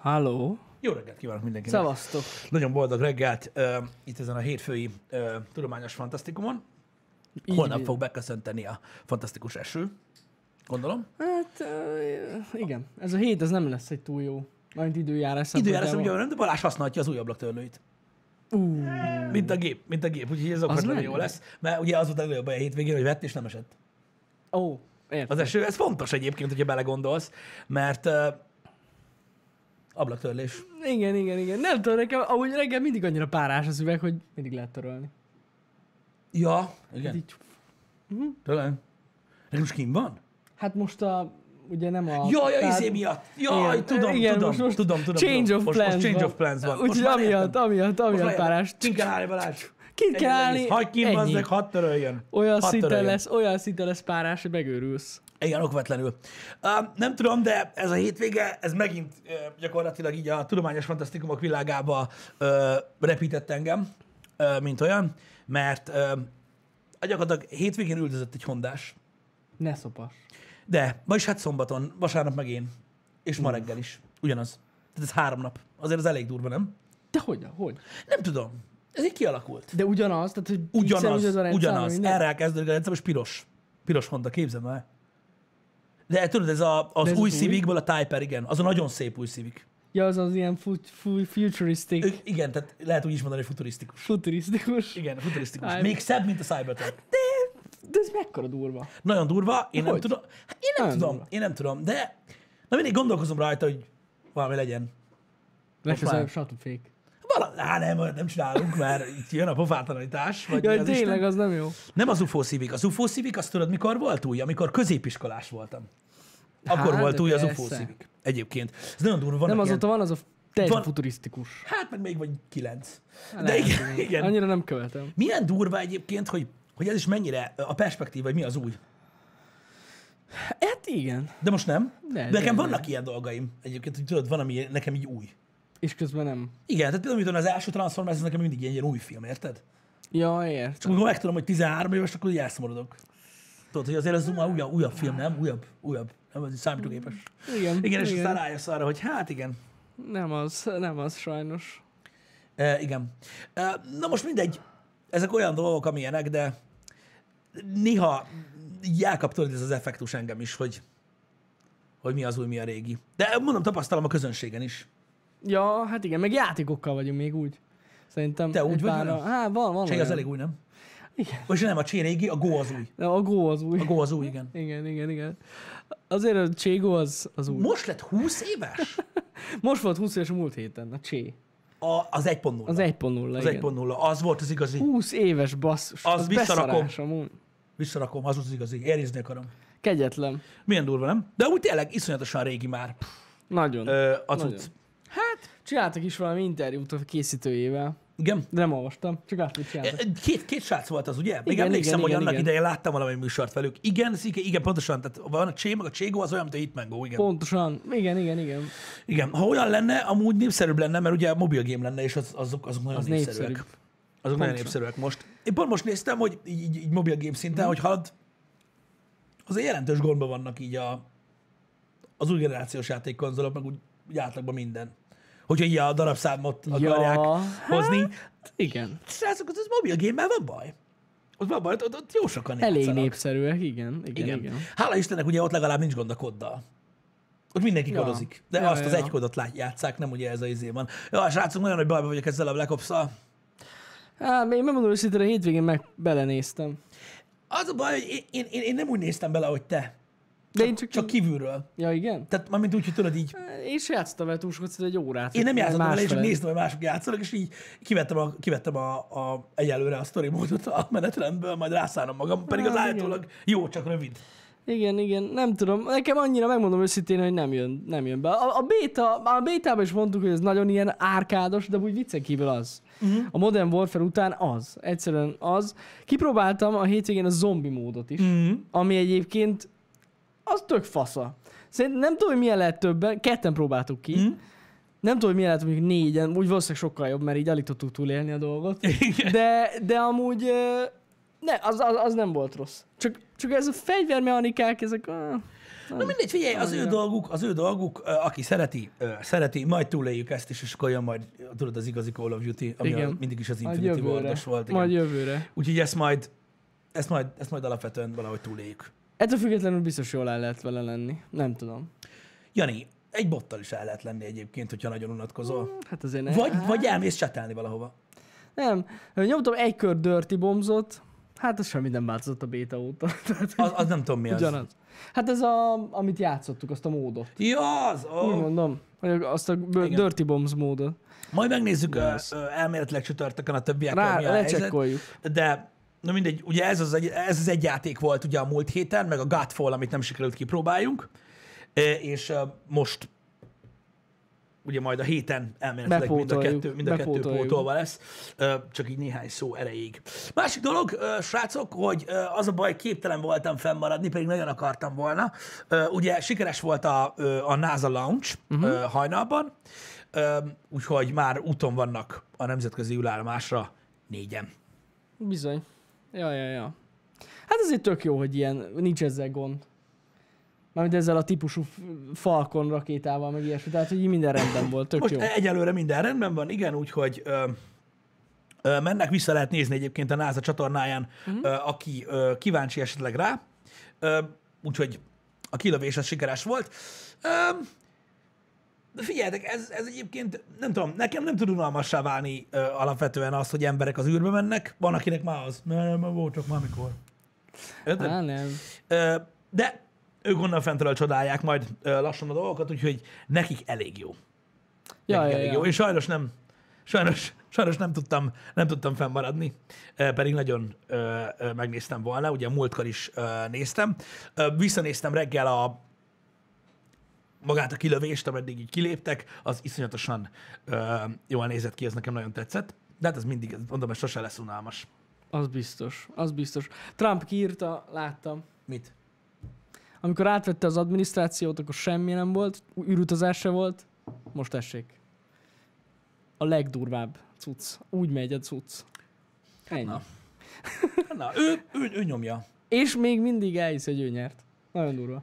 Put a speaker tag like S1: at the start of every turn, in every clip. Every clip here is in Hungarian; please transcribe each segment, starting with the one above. S1: Halló!
S2: Jó reggelt kívánok mindenkinek!
S1: Szevasztok!
S2: Nagyon boldog reggelt uh, itt ezen a hétfői uh, Tudományos Fantasztikumon.
S1: Így
S2: Holnap
S1: van.
S2: fog beköszönteni a fantasztikus eső, gondolom.
S1: Hát, ö, igen. Ez a hét, ez nem lesz egy túl jó. Majd időjárás
S2: Időjárás ugye
S1: szempontjából.
S2: nem, de Balázs használhatja az új ablaktörlőit.
S1: Ú,
S2: Mint a gép, mint a gép, úgyhogy ez okvetlenül
S1: menő.
S2: jó lesz. Mert ugye az volt a legjobb a hétvégén, hogy vett és nem esett.
S1: Ó, értem.
S2: Az eső, ez fontos egyébként, hogyha belegondolsz, mert uh, ablaktörlés.
S1: Igen, igen, igen. Nem tudom, nekem ahogy reggel mindig annyira párás az üveg, hogy mindig lehet törölni.
S2: Ja,
S1: Hát,
S2: igen.
S1: így,
S2: Talán. Nekem most kim van?
S1: hát most a, ugye nem a...
S2: Jaj, a
S1: tehát-
S2: izé miatt! Jaj,
S1: Igen,
S2: tudom,
S1: igen,
S2: tudom,
S1: most- most
S2: tudom, tudom.
S1: Change
S2: tudom.
S1: of
S2: Most-
S1: plans
S2: Most change
S1: van.
S2: of plans van. Most
S1: Úgyhogy
S2: már
S1: amiatt,
S2: értem.
S1: amiatt,
S2: Most már
S1: amiatt
S2: értem.
S1: párás.
S2: Kint kell állni, Balázs.
S1: Kint kell állni,
S2: Hagyd ki,
S1: ennyi.
S2: bazdek, hadd töröljön.
S1: Olyan
S2: Hadd
S1: szinten
S2: töröljön.
S1: lesz, olyan szinten lesz párás, hogy megőrülsz.
S2: Igen, okvetlenül. Um, nem tudom, de ez a hétvége, ez megint uh, gyakorlatilag így a tudományos fantasztikumok világába uh, repített engem, uh, mint olyan, mert uh, gyakorlatilag hétvégén üldözött egy hondás,
S1: Ne szopas.
S2: de ma is hát szombaton, vasárnap meg én, és ma reggel is, ugyanaz. Tehát ez három nap. Azért az elég durva, nem?
S1: De hogy, hogy?
S2: Nem tudom. Ez így kialakult.
S1: De ugyanaz, tehát hogy így
S2: Ugyanaz,
S1: ugyanaz a rendszer,
S2: ugyanaz.
S1: minden?
S2: Erre elkezdődik a rendszer, most piros. Piros Honda, képzeld el. De tudod, ez a, az
S1: De ez
S2: új
S1: az új?
S2: Civicből a Typer, igen. Az a nagyon szép új Civic.
S1: Ja, az az ilyen fut, fu, futuristic,
S2: Ők, igen, tehát lehet úgy is mondani, hogy futurisztikus.
S1: futurisztikus.
S2: Igen, futurisztikus.
S1: Typer.
S2: Még szebb, mint a Cybertruck.
S1: De ez mekkora durva.
S2: Nagyon durva, én nem
S1: Hogy?
S2: tudom. Hát én nem
S1: Nagyon
S2: tudom,
S1: durva.
S2: én nem tudom, de na mindig gondolkozom rajta, hogy valami legyen.
S1: Legközelebb satufék.
S2: Vala, hát nem, olyat nem csinálunk, mert itt jön a pofátlanítás. Vagy mi
S1: Jaj,
S2: az Isten.
S1: tényleg, az nem jó.
S2: Nem az UFO Civic. Az UFO Civic, azt tudod, mikor volt új? Amikor középiskolás voltam. Akkor
S1: Hát,
S2: volt
S1: de
S2: új az UFO
S1: persze.
S2: Civic. Egyébként. Ez nagyon durva. Vannak
S1: Nem
S2: ilyen...
S1: azóta van az a teljesen
S2: Van-
S1: futurisztikus.
S2: Hát meg még vagy kilenc. De
S1: Hát Lehet,
S2: igen, igen.
S1: Annyira nem követem.
S2: Milyen durva egyébként, hogy, hogy ez is mennyire a perspektíva, hogy mi az új.
S1: Hát igen.
S2: De most nem.
S1: Ne,
S2: de nekem
S1: de-
S2: vannak ilyen dolgaim egyébként, hogy tudod, van, ami nekem így új.
S1: És közben nem.
S2: Igen, tehát például, amikor az első Transformers, ez nekem mindig ilyen, ilyen új film, érted?
S1: Ja, értem.
S2: Csak amikor megtudom, hogy 13 éves, akkor így elszomorodok. Tudod, hogy azért ez már újabb, újabb film, nem? Újabb, újabb. Nem, az számítógépes.
S1: Igen,
S2: Igen, és aztán
S1: igen.
S2: rájössz arra, hogy hát igen,
S1: Nem az, nem az sajnos.
S2: E, igen. E, na most mindegy, ezek olyan dolgok, amilyenek, de néha így elkap tőled ez az effektus engem is, hogy, hogy mi az új, mi a régi. De mondom, tapasztalom a közönségen is.
S1: Ja, hát igen, meg játékokkal vagyunk még úgy. Szerintem
S2: Te úgy
S1: egy
S2: vagy
S1: párra-
S2: vele?
S1: Hát van, van
S2: Csé
S1: olyan.
S2: az elég új, nem?
S1: Igen.
S2: Vagy nem, a csé régi, a gó az új.
S1: De A Go az új.
S2: A gó az új, igen.
S1: Igen, igen, igen. Azért a Cségó az, az új.
S2: Most lett 20 éves?
S1: Most volt 20 éves a múlt héten, a Csé.
S2: A, az 1.0.
S1: Az 1.0,
S2: az
S1: igen.
S2: 1.0. Az volt az igazi.
S1: 20 éves basszus.
S2: Az visszarakom.
S1: beszarás amúgy.
S2: Visszarakom, az volt az igazi. Érezni akarom.
S1: Kegyetlen.
S2: Milyen durva, nem? De úgy tényleg iszonyatosan régi már
S1: Nagyon.
S2: ö, a
S1: Nagyon.
S2: cucc.
S1: Csináltak is valami interjút a készítőjével,
S2: Igen.
S1: de nem olvastam, csak azt, hogy csináltak.
S2: Két, két srác volt az, ugye? Még
S1: Igen,
S2: igen, emlékszem,
S1: igen,
S2: hogy
S1: igen,
S2: annak
S1: igen.
S2: idején láttam valami műsort velük. Igen, szike, igen, pontosan. Tehát van a Csé, meg a Cségó az olyan, mint a Hitman Go, igen. Pont.
S1: Pontosan. Igen, igen, igen.
S2: Igen, ha olyan lenne, amúgy népszerűbb lenne, mert ugye mobil game lenne, és az, azok, azok nagyon
S1: Az
S2: az népszerűek. Azok
S1: népszerű.
S2: nagyon népszerűek most. Én pont most néztem, hogy így, így, így mobil game
S1: Mhm.
S2: szinten, hogy halad, azért jelentős gondban vannak így a, az új generációs játékkonzolok, meg úgy, úgy átlagban minden. Hogyha így a darabszámot akarják
S1: Ja,
S2: hozni,
S1: Igen.
S2: srácok, az, az mobil game van baj. Ott van baj, ott, ott jó sokan
S1: Elég
S2: játszanak.
S1: népszerűek, igen, igen, igen.
S2: Igen. igen. Hála Istennek, ugye ott legalább nincs gond a koddal. Ott mindenki
S1: Ja.
S2: kodozik. De
S1: Ja,
S2: azt
S1: ja,
S2: az
S1: ja.
S2: egy kodot lát, játszák, nem ugye ez a izé van. Ja, srácok, nagyon nagy bajban vagyok ezzel a Black ops -szal.
S1: Hát, én megmondom őszintén, a hétvégén meg belenéztem.
S2: Az a baj, hogy én, én, én, én nem úgy néztem bele, hogy te.
S1: De én csak,
S2: Csak kívülről.
S1: Ja, igen?
S2: Tehát mármint úgy, hogy tudod így.
S1: Én se játszottam vele túl sokat, szóval egy órát.
S2: Én nem játszottam vele, én csak
S1: másfele.
S2: néztem, hogy mások játszanak, és így kivettem a, kivettem a, a egyelőre a story módot a menetrendből, majd rászállom magam, pedig az
S1: Hát,
S2: állítólag jó, csak rövid.
S1: Igen, igen, nem tudom. Nekem annyira megmondom őszintén, hogy nem jön, nem jön be. A, a, béta, a bétában is mondtuk, hogy ez nagyon ilyen árkádos, de úgy viccen kívül az. Uh-huh. A Modern Warfare után az. Egyszerűen az. Kipróbáltam a hétvégén a zombi módot
S2: Mhm.
S1: is, uh-huh. ami egyébként az tök fasza. Szerintem nem tudom, hogy milyen lehet többen, ketten próbáltuk ki.
S2: Hm?
S1: Uh-huh. Nem tudom, hogy milyen lehet mondjuk négyen, úgy valószínűleg sokkal jobb, mert így alig tudtuk túlélni a dolgot.
S2: Igen.
S1: De, de amúgy ö, ne, az, az, az, nem volt rossz. Csak, csak ez a fegyvermechanikák, ezek... ah,
S2: Na mindegy, figyelj, az ő dolguk, az ő dolguk, ö, aki szereti, ö, szereti, majd túléljük ezt is, és akkor jön majd, tudod, az igazi Call of Duty, ami
S1: Igen.
S2: a- mindig is az
S1: Majd
S2: Infinity
S1: jövőre.
S2: Ward-os volt. igen.
S1: Majd jövőre.
S2: Úgyhogy ezt majd, ezt majd, ezt majd alapvetően valahogy túléljük.
S1: Ettől függetlenül biztos jól el lehet vele lenni. Nem tudom.
S2: Jani, egy bottal is el lehet lenni egyébként, hogyha nagyon unatkozol.
S1: Hát azért nem.
S2: Vagy, vagy elmész csetelni valahova.
S1: Nem. Nyomtam egy kör Dirty Bombzot. Hát az semmi nem változott a béta óta. Tehát
S2: Az, az nem tudom mi az.
S1: Hát, ugyanaz. Hát ez a, amit játszottuk, azt a módot.
S2: Ja, az,
S1: Úgy
S2: ó.
S1: mondom, hogy azt a bö-
S2: Igen.
S1: Dirty Bombs módot.
S2: Majd megnézzük ö,
S1: az.
S2: ö, elméletileg csütörtökön a többiekkel
S1: Rá,
S2: mi a helyzet.
S1: lecsekkoljuk.
S2: De na mindegy, ugye ez az, egy, ez az egy játék volt ugye a múlt héten, meg a Godfall, amit nem sikerült kipróbáljunk, E, és ö, most ugye majd a héten elméletileg mind a
S1: Bepótoljuk,
S2: kettő, mind a kettő
S1: bepótoljuk.
S2: pótolva lesz, Ö, csak így néhány szó erejéig. Másik dolog, ö, srácok, hogy ö, az a baj, képtelen voltam fennmaradni, pedig nagyon akartam volna. Ö, Ugye sikeres volt a, ö, a NASA launch
S1: Mhm.
S2: uh-huh. hajnalban, Ö, úgyhogy már úton vannak a nemzetközi űrállomásra négyen.
S1: Bizony. Ja, ja, ja. Hát ezért tök jó, hogy ilyen, nincs ezzel gond. Mármint ezzel a típusú f- Falcon rakétával, meg ilyesmi. Tehát, hogy így minden rendben volt, tök
S2: Most
S1: jó.
S2: jó. egyelőre minden rendben van, igen, úgyhogy ö, ö, mennek, vissza lehet nézni egyébként a NASA csatornáján, ö, aki ö, kíváncsi esetleg rá. Ö, úgyhogy a kilövés az sikeres volt. Ö, de figyeljetek, ez, ez egyébként, nem tudom, nekem nem tud unalmassá válni ö, alapvetően az, hogy emberek az űrbe mennek. Van, akinek már az. Nem, nem, volt csak már mikor. Érted?
S1: Á, nem.
S2: Ö, de ők onnan fentről csodálják majd ö, lassan a dolgokat, úgyhogy nekik elég jó.
S1: Ja,
S2: Nekik
S1: ja,
S2: elég
S1: ja.
S2: jó. És sajnos nem, sajnos, sajnos nem tudtam, nem tudtam fennmaradni, ö, pedig nagyon ö, ö, megnéztem volna, ugye múltkor is ö, néztem. Ö, visszanéztem reggel a magát a kilövést, ameddig így kiléptek, az iszonyatosan ö, jól nézett ki, ez nekem nagyon tetszett. De hát ez mindig, mondom, ez sose lesz unalmas.
S1: Az biztos, az biztos. Trump kiírta, láttam.
S2: Mit?
S1: Amikor átvette az adminisztrációt, akkor semmi nem volt, űrutazás se volt. Most tessék. A legdurvább cucc. Úgy megy a cucc. Ennyi.
S2: Hát Na. Hát Na, ő, ő, ő nyomja.
S1: És még mindig elhisz, hogy ő nyert. Nagyon durva.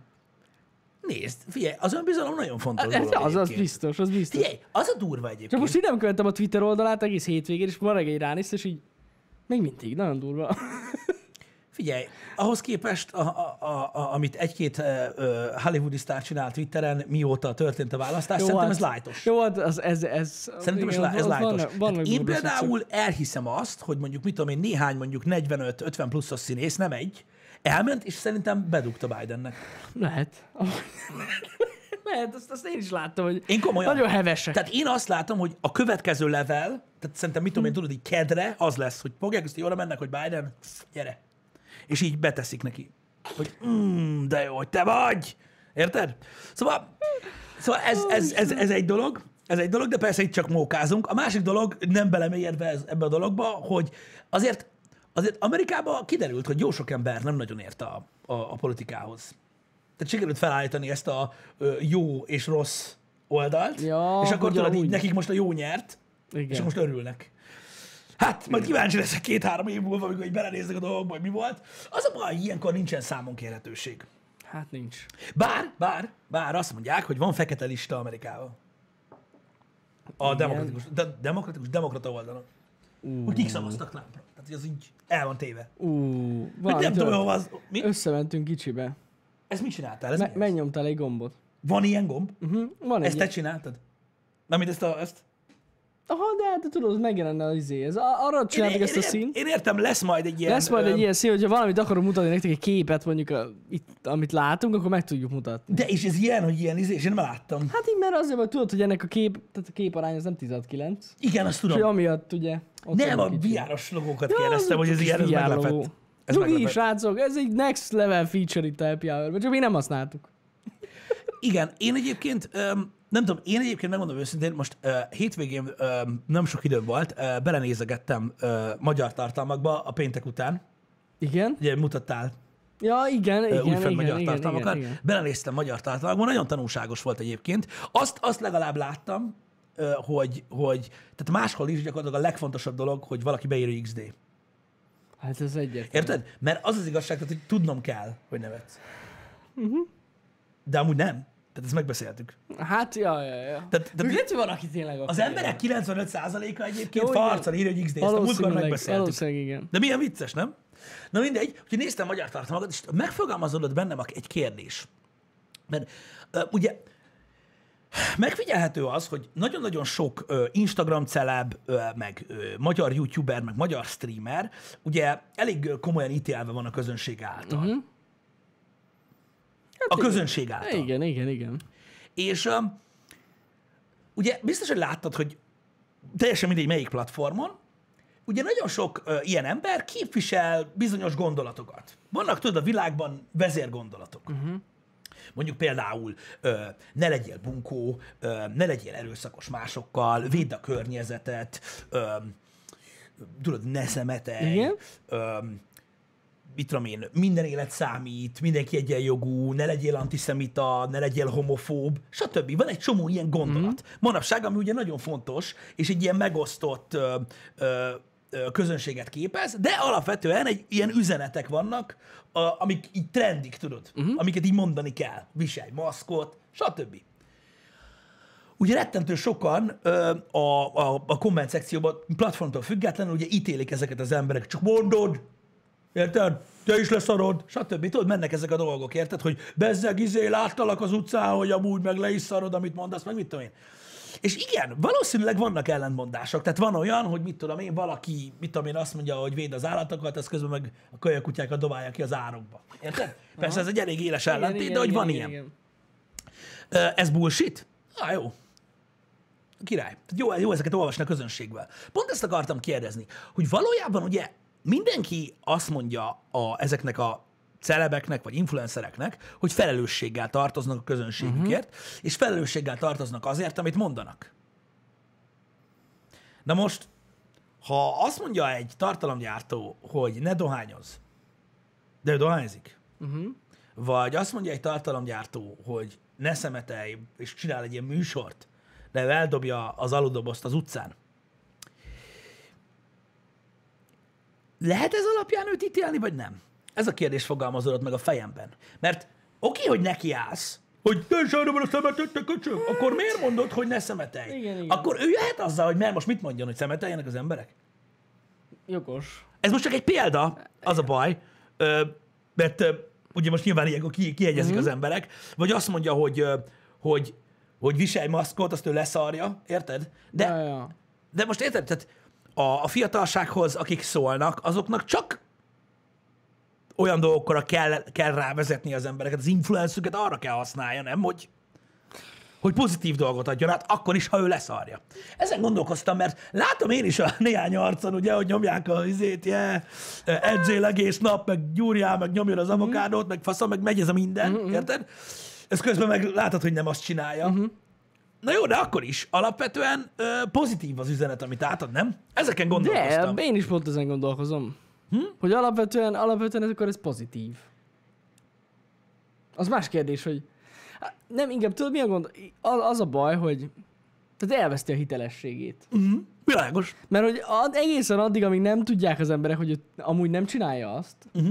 S2: Nézd, figyelj, az önbizalom nagyon fontos
S1: Hát Ez,
S2: dolog
S1: az, az
S2: egyébként.
S1: biztos, az biztos.
S2: Figyelj, az a durva egyébként.
S1: Csak most így nem követtem a Twitter oldalát egész hétvégén, és ma reggel ránéztem, és így még mindig, nagyon durva.
S2: Hát Figyelj, ahhoz képest, a, a, a, a, amit egy-két ö, ö, hollywoodi sztár csinált Twitteren, mióta történt a választás,
S1: Jó,
S2: szerintem
S1: hát-
S2: ez lájtos.
S1: Jó, hát az, ez, ez...
S2: Szerintem ez,
S1: igen,
S2: lá- ez
S1: ott
S2: lájtos.
S1: Van, van
S2: Tehát
S1: meg
S2: én
S1: durva cuccok.
S2: például elhiszem azt, hogy mondjuk, mit tudom én, néhány mondjuk 45-50 pluszos színész, nem egy, elment, és szerintem bedugta Bidennek.
S1: Lehet. Lehet, azt, azt én is láttam, hogy
S2: Én komolyan.
S1: nagyon hevesek.
S2: Tehát én azt látom, hogy a következő level, tehát szerintem mit tudom
S1: Hm.
S2: én, tudod, így kedre az lesz, hogy fogják, azt így oda mennek, hogy Biden, gyere. És így beteszik neki. Hogy mm, de jó, hogy te vagy. Érted? Szóval, szóval ez, ez, ez, ez, egy dolog, ez egy dolog, de persze itt csak mókázunk. A másik dolog, nem belemélyedve ez, ebbe a dologba, hogy azért, azért Amerikában kiderült, hogy jó sok ember nem nagyon ért a, a, a politikához. Tehát sikerült felállítani ezt a ö, jó és rossz oldalt,
S1: Ja,
S2: és akkor
S1: hogy
S2: tudod, így
S1: amúgy.
S2: nekik most a jó nyert, és
S1: Igen.
S2: most örülnek. Hát, majd kíváncsi leszek két-három év múlva, amikor így belenéznek a dolgokba, hogy mi volt. Az a baj, hogy ilyenkor nincsen számon kérhetőség.
S1: Hát nincs.
S2: Bár, bár, bár azt mondják, hogy van fekete lista Amerikában. A demokratikus, de, demokratikus demokrata oldalon. Uh. Hogy kik szavaztak Trumpra. Tehát hogy az így el van téve.
S1: Ú,
S2: Hogy
S1: valami
S2: nem
S1: tört.
S2: tudom, hogy hova az... Mi?
S1: Összementünk kicsibe.
S2: Ezt mit csináltál? Ez
S1: Me-
S2: mi?
S1: megnyomtál egy gombot.
S2: Van ilyen gomb?
S1: Hm? Van
S2: Ezt
S1: egy.
S2: te csináltad? Na, mint ezt a... Ezt?
S1: Aha, de hát tudod, megjelenne az izé. Ez, a- arra csináltuk ezt a
S2: én,
S1: színt.
S2: Én értem, lesz majd egy ilyen...
S1: Lesz majd
S2: ö,
S1: egy ilyen szín, hogyha valamit akarunk mutatni nektek, egy képet mondjuk, a, itt, amit látunk, akkor meg tudjuk mutatni.
S2: De és ez ilyen, hogy ilyen izé, és én nem láttam.
S1: Hát így, mert azért, mert tudod, hogy ennek a kép, tehát a képarány az nem 19.
S2: Igen, azt
S1: És
S2: tudom.
S1: amiatt ugye... Ott
S2: Nem, a
S1: van kicsi.
S2: viáros logókat
S1: Ja, az
S2: kérdeztem, hogy
S1: ott
S2: ez
S1: kis
S2: ilyen, ez
S1: VR
S2: meglepett.
S1: logó.
S2: Ez
S1: Nyugi,
S2: meglepett.
S1: srácok, ez egy next level feature itt a Happy hour csak még nem használtuk.
S2: Igen, én egyébként, öm, nem tudom, én egyébként megmondom őszintén, most ö, hétvégén öm, nem sok idő volt, ö, belenézegettem ö, magyar tartalmakba a péntek után,
S1: Igen?
S2: ugye mutattál
S1: Ja, igen, igen,
S2: igen, újfent
S1: igen,
S2: magyar
S1: igen, igen,
S2: tartalmakat.
S1: igen, igen.
S2: Belenéztem magyar tartalmakban, nagyon tanulságos volt egyébként. Azt, azt legalább láttam, ö, hogy, hogy tehát máshol is gyakorlatilag a legfontosabb dolog, hogy valaki beírja XD.
S1: Hát ez egyértelmű. Mhm.
S2: Érted? Mert az az igazság, tehát, hogy tudnom kell, hogy nevetsz. de amúgy nem. Tehát ezt megbeszéltük.
S1: Hát, ja, ja, ja.
S2: Tehát- tehát-
S1: Lehet, hogy van, aki tényleg
S2: Az
S1: akarja.
S2: emberek 95%-a egyébként
S1: Jó, igen.
S2: farccal írja, hogy xd ezt a múltkor
S1: Valószínűleg,
S2: megbeszéltük.
S1: valószínűleg igen.
S2: De milyen vicces, nem? Na mindegy, hogy néztem magyar tartalmakat, és megfogalmazódott bennem a- egy kérdés. Mert ö, ugye megfigyelhető az, hogy nagyon-nagyon sok ö, Instagram celeb, ö, meg ö, magyar youtuber, meg magyar streamer, ugye elég ö, komolyan ítélve van a közönség által.
S1: Mhm.
S2: Uh-huh. hát a közönség által.
S1: Hát Igen, igen, igen.
S2: És um, ugye biztos, hogy láttad, hogy teljesen mindegy melyik platformon, ugye nagyon sok uh, ilyen ember képvisel bizonyos gondolatokat. Vannak, tudod, a világban vezérgondolatok.
S1: Mhm.
S2: Uh-huh. Mondjuk például ö, ne legyél bunkó, ö, ne legyél erőszakos másokkal, védd a környezetet, ö, tudod, ne szemetelj,
S1: Igen.
S2: ö, mit tudom én, minden élet számít, mindenki egyenjogú, ne legyél antiszemita, ne legyél homofób, stb. Van egy csomó ilyen gondolat. Mm. Manapság, ami ugye nagyon fontos, és egy ilyen megosztott ö, ö, ö, közönséget képez, de alapvetően egy ilyen üzenetek vannak, a, amik így trendik, tudod, mm. amiket így mondani kell. Viselj maszkot, stb. Ugye rettentő sokan ö, a, a, a komment szekcióban platformtól függetlenül ugye ítélik ezeket az emberek. Csak mondod, Érted? Te is leszarod, stb. Tudod, mennek ezek a dolgok, érted? Hogy bezzeg, izé, láttalak az utcán, hogy amúgy meg le is szarod, amit mondasz, meg mit tudom én. És igen, valószínűleg vannak ellentmondások. Tehát van olyan, hogy mit tudom én, valaki, mit tudom én, azt mondja, hogy véd az állatokat, ez közben meg a kölyökutyákat dobálja ki az árokba. Érted? Persze ez egy elég éles ellentét,
S1: Igen,
S2: de hogy
S1: igen,
S2: van
S1: igen,
S2: ilyen.
S1: igen.
S2: Ö, Ez bullshit? Á, jó. Király. Tehát Jó, jó ezeket olvasni a közönségvel. Pont ezt akartam kérdezni, hogy valójában ugye mindenki azt mondja a, ezeknek a celebeknek, vagy influencereknek, hogy felelősséggel tartoznak a közönségükért, uh-huh. és felelősséggel tartoznak azért, amit mondanak. Na most, ha azt mondja egy tartalomgyártó, hogy ne dohányoz, de ő dohányzik,
S1: Mhm.
S2: vagy azt mondja egy tartalomgyártó, hogy ne szemetelj, és csinál egy ilyen műsort, de ő eldobja az aludobozt az utcán. Lehet ez alapján őt ítélni, vagy nem? Ez a kérdés fogalmazódott meg a fejemben. Mert oké, hogy neki állsz, hogy te sajnálom a szemetet, te köcsög, akkor miért mondod, hogy ne szemetelj?
S1: Igen, igen.
S2: Akkor ő jöhet azzal, hogy mert most mit mondjon, hogy szemeteljenek az emberek?
S1: Jogos.
S2: Ez most csak egy példa, az a baj, ö, mert ö, ugye most nyilván ilyenkor ki, kiegyezik
S1: Mhm.
S2: az emberek, vagy azt mondja, hogy, ö, hogy, hogy viselj maszkot, azt ő leszarja, érted? De,
S1: Ja, ja.
S2: de most érted, tehát a, a fiatalsághoz, akik szólnak, azoknak csak olyan dolgokra kell, kell rávezetni az embereket, az influencüket arra kell használja, nem, hogy hogy pozitív dolgot adjon át, akkor is, ha ő leszarja. Ezen gondolkoztam, mert látom én is a néhány arcon, ugye, hogy nyomják a izét, yeah, edzél egész nap, meg gyúrjál, meg nyomjon az avokádót, meg faszom, meg megy ez a minden, érted? Ez közben meg látod, hogy nem azt csinálja. Na jó, de akkor is. Alapvetően ö, pozitív az üzenet, amit átad, nem? Ezeken
S1: De,
S2: gondolkoztam.
S1: én is pont ezen gondolkozom. Hm? Hogy alapvetően, alapvetően ez akkor ez pozitív. Az más kérdés, hogy... Hát, Nem, inkább tudod mi a gond? Az, az a baj, hogy... Tehát elveszti a hitelességét.
S2: Mhm. Világos.
S1: Mert hogy ad, egészen addig, amíg nem tudják az emberek, hogy ő amúgy nem csinálja azt,
S2: Mhm.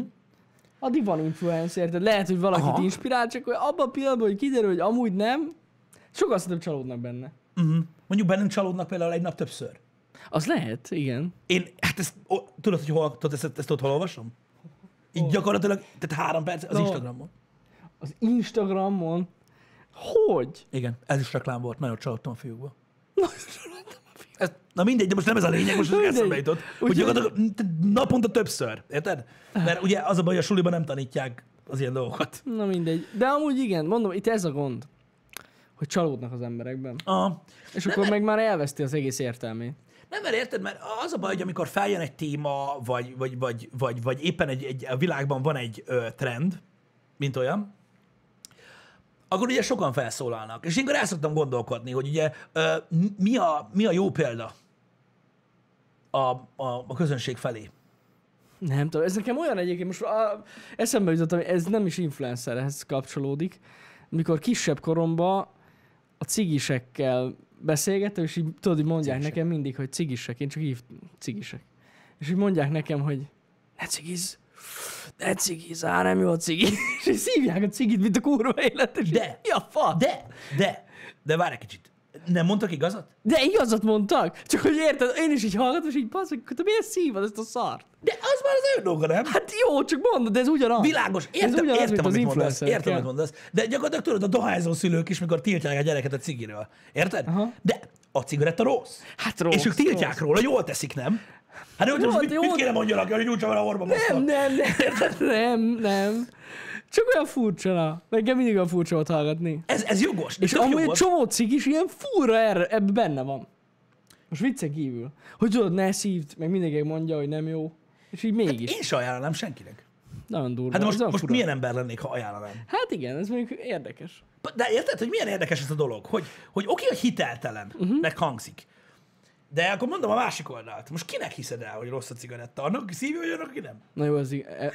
S1: addig van influencer, tehát lehet, hogy valakit
S2: Aha.
S1: Hm. Aha. inspirál, csak hogy abban a pillanatban, hogy kiderül, hogy amúgy nem, sokkal szerintem csalódnak benne.
S2: Mhm. Mondjuk bennem csalódnak például egy nap többször.
S1: Az lehet, igen.
S2: Én, hát ezt, ó, tudod, hogy hol, tudod, ezt, ezt ott hol olvasom? Így gyakorlatilag, tehát három perc az
S1: Hol?
S2: Instagramon.
S1: Az Instagramon, hogy?
S2: Igen, ez is reklám volt, nagyon csalódtam a fiúkba. Ez, na mindegy, de most nem ez a lényeg, most csak
S1: Mindegy.
S2: eszembe jutott. Hogy
S1: Úgyhogy-
S2: gyakorlatilag m- te- naponta többször, érted? Mert ugye az a baj, a suliban nem tanítják az ilyen dolgokat.
S1: Na mindegy. De amúgy igen, mondom, itt ez a gond, hogy csalódnak az emberekben.
S2: Aha.
S1: És akkor meg már elveszti az egész értelmét.
S2: Nem, mert érted, mert az a baj, hogy amikor feljön egy téma, vagy, vagy, vagy, vagy, vagy éppen egy, egy, a világban van egy ö, trend, mint olyan, akkor ugye sokan felszólalnak. És ilyenkor el szoktam gondolkodni, hogy ugye ö, m- mi, a, mi a jó példa a, a, a közönség felé.
S1: Nem tudom, ez nekem olyan egyébként, most a, eszembe jutott, ami- ez nem is influencerhez kapcsolódik, mikor kisebb koromban a cigisekkel beszélgettem, és így tudod, hogy mondják
S2: Cigisek.
S1: cigisek. nekem mindig, hogy cigisek, én csak hív cigisek. És így mondják nekem, hogy ne cigizz, ne cigizál, nem jó a cigi. És így szívják a cigit, mint a kurva élet. És
S2: De.
S1: így, Mi a fa?
S2: De, de, de várj egy kicsit. Nem mondtak igazat?
S1: De igazat mondtak. Csak hogy érted, én is így hallgatom, és így bazdmeg, te miért szívad ezt a szart?
S2: De az már az ő dolga, nem?
S1: Hát jó, csak mondod, de ez ugyanaz.
S2: Világos, értem,
S1: ugyanaz,
S2: értem,
S1: mint az
S2: amit mondasz,
S1: influencerek, ja.
S2: értem, amit mondasz. De gyakorlatilag tudod, a dohányzó szülők is, mikor tiltják a gyereket a cigiről. Érted?
S1: Aha.
S2: De a cigaretta rossz.
S1: Hát rossz,
S2: És ők
S1: rossz.
S2: tiltják róla, jól teszik, nem? Hát jó,
S1: Jó,
S2: mit,
S1: de jó,
S2: mit
S1: de-
S2: kéne mondjanak, hogy úgy van a orba
S1: Nem,
S2: basznak?
S1: nem, nem, nem, nem. Csak olyan furcsa, na. Nekem mindig olyan furcsa volt hallgatni.
S2: Ez, ez jogos. de
S1: És
S2: tök
S1: amúgy egy
S2: jogos.
S1: csomó cikk is ilyen furra erre, ebben benne van. Most viccen kívül. Hogy tudod, ne szívd, meg mindenki mondja, hogy nem jó. És így mégis.
S2: Én se ajánlanám senkinek.
S1: Nagyon durva.
S2: Hát
S1: ez
S2: de most,
S1: olyan
S2: most
S1: fura.
S2: milyen ember lennék, ha ajánlanám?
S1: Hát igen, ez mondjuk érdekes.
S2: De érted, hogy milyen érdekes ez a dolog? Hogy, hogy oké, hogy hiteltelen,
S1: Mhm.
S2: uh-huh. hangzik. De akkor mondom a másik oldalt. Most kinek hiszed el, hogy rossz a cigaretta? Annak, aki szívja, vagy annak, aki nem?
S1: Na jó, az igaz. E,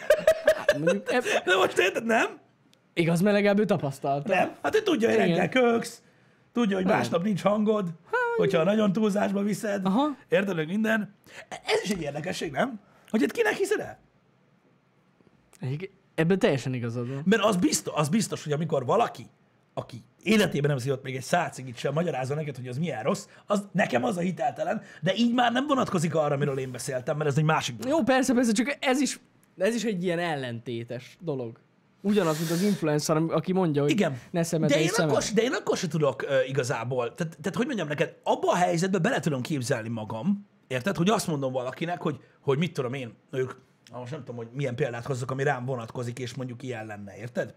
S1: hát mondjuk, e,
S2: De most érted, nem?
S1: igaz, mert legalább ő tapasztalta.
S2: Nem. Hát ő tudja, hogy
S1: Igen. Hát,
S2: reggel köksz, tudja, hogy másnap nincs hangod, hogyha nagyon túlzásba viszed,
S1: Aha.
S2: érted, hogy minden. Ez is egy érdekesség, nem? Hogy hát kinek hiszed el?
S1: Egyébként Ebben teljesen igazad van.
S2: Mert az biztos, az biztos, hogy amikor valaki, aki életében nem szívott még egy szácigit sem, magyarázza neked, hogy az milyen rossz, az nekem az a hiteltelen, de így már nem vonatkozik arra, amiről én beszéltem, mert ez egy másik dolog.
S1: Jó, persze, persze, csak ez is, ez is egy ilyen ellentétes dolog. Ugyanaz, mint az influencer, ami- aki mondja, hogy
S2: Igen.
S1: ne szemed,
S2: de,
S1: és
S2: én
S1: szemed.
S2: akkor, se- de én akkor se tudok uh, igazából. Tehát, tehát, hogy mondjam neked, abba a helyzetbe bele tudom képzelni magam, érted? Hogy azt mondom valakinek, hogy, hogy mit tudom én, ők, ah, most nem tudom, hogy milyen példát hozzak, ami rám vonatkozik, és mondjuk ilyen lenne, érted?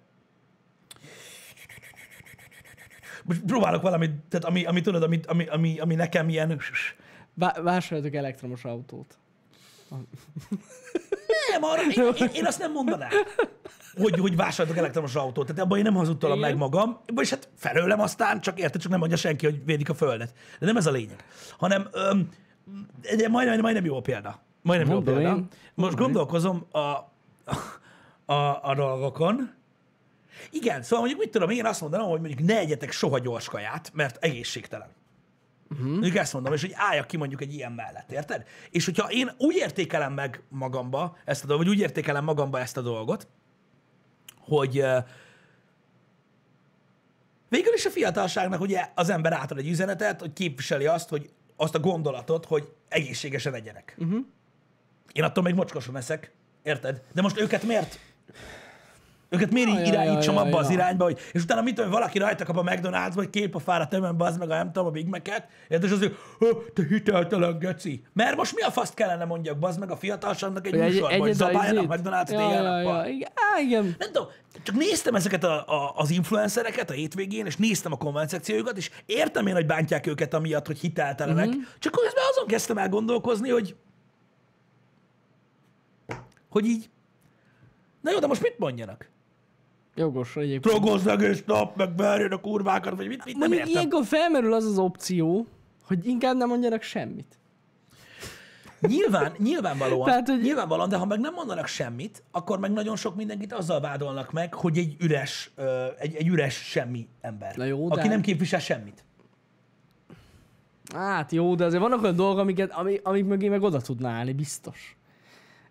S2: Most próbálok valamit, tehát ami, ami tudod, ami, ami, ami, ami nekem ilyen...
S1: Vá- vásároljatok elektromos autót.
S2: Nem, arra, én, én, én azt nem mondanám, hogy, hogy vásároltok elektromos autót. Tehát abban én nem hazudtalom
S1: Igen.
S2: meg magam, vagyis hát felőlem aztán, csak érted, csak nem mondja senki, hogy védik a földet. De nem ez a lényeg. Hanem, öm, de majdnem, majdnem jó a példa. Majdnem
S1: Mondom
S2: jó a példa.
S1: én.
S2: Most gondolkozom a, a, a, a dolgokon. Igen, szóval mondjuk mit tudom, én azt mondanom, hogy mondjuk ne egyetek soha gyors kaját, mert egészségtelen.
S1: Mhm.
S2: Mondjuk ezt mondom, és hogy álljak ki mondjuk egy ilyen mellett, érted? És hogyha én úgy értékelem meg magamba ezt a dolgot, vagy úgy értékelem magamba ezt a dolgot, hogy ö, végül is a fiatalságnak ugye az ember átad egy üzenetet, hogy képviseli azt, hogy azt a gondolatot, hogy egészségesen legyenek. Uh-huh. Én attól még mocskosan eszek, érted? De most őket miért? Őket miért
S1: Ja,
S2: így
S1: ja, ja,
S2: irányítsam
S1: ja,
S2: abba az
S1: ja.
S2: irányba, hogy, és utána mit tudom, valaki rajta kap a McDonald's, vagy kép a fára tömön, bazd meg a nem tudom, a Big Mac-et, érted? és azért, te hiteltelen geci. Mert most mi a faszt kellene mondjak, bazd meg a fiatalságnak egy, egy műsorban, hogy zabáljanak McDonald's-et
S1: ja,
S2: éjjel
S1: ja,
S2: nappal.
S1: ja, igen. Á, igen.
S2: Nem tudom, csak néztem ezeket a, a, az influencereket a hétvégén, és néztem a komment szekciójukat, és értem én, hogy bántják őket amiatt, hogy hiteltelenek.
S1: Mhm.
S2: Mm-hmm. Csak közben azon kezdtem el gondolkozni, hogy hogy így, na jó, de most mit mondjanak?
S1: Jogos egyébként.
S2: Drogozz egész nap, meg verjen a kurvákat, vagy mit, mit nem
S1: Mondjuk
S2: értem.
S1: ilyenkor felmerül az az opció, hogy inkább nem mondjanak semmit.
S2: Nyilván, nyilvánvalóan, Tehát,
S1: Tehát,
S2: hogy...
S1: hogy-
S2: nyilvánvalóan, de ha meg nem mondanak semmit, akkor meg nagyon sok mindenkit azzal vádolnak meg, hogy egy üres, ö, egy, egy üres semmi ember,
S1: Na jó, de-
S2: aki nem képvisel semmit.
S1: Hát jó, de azért vannak olyan dolgok, amiket, ami, amik mögé meg oda tudná állni, biztos.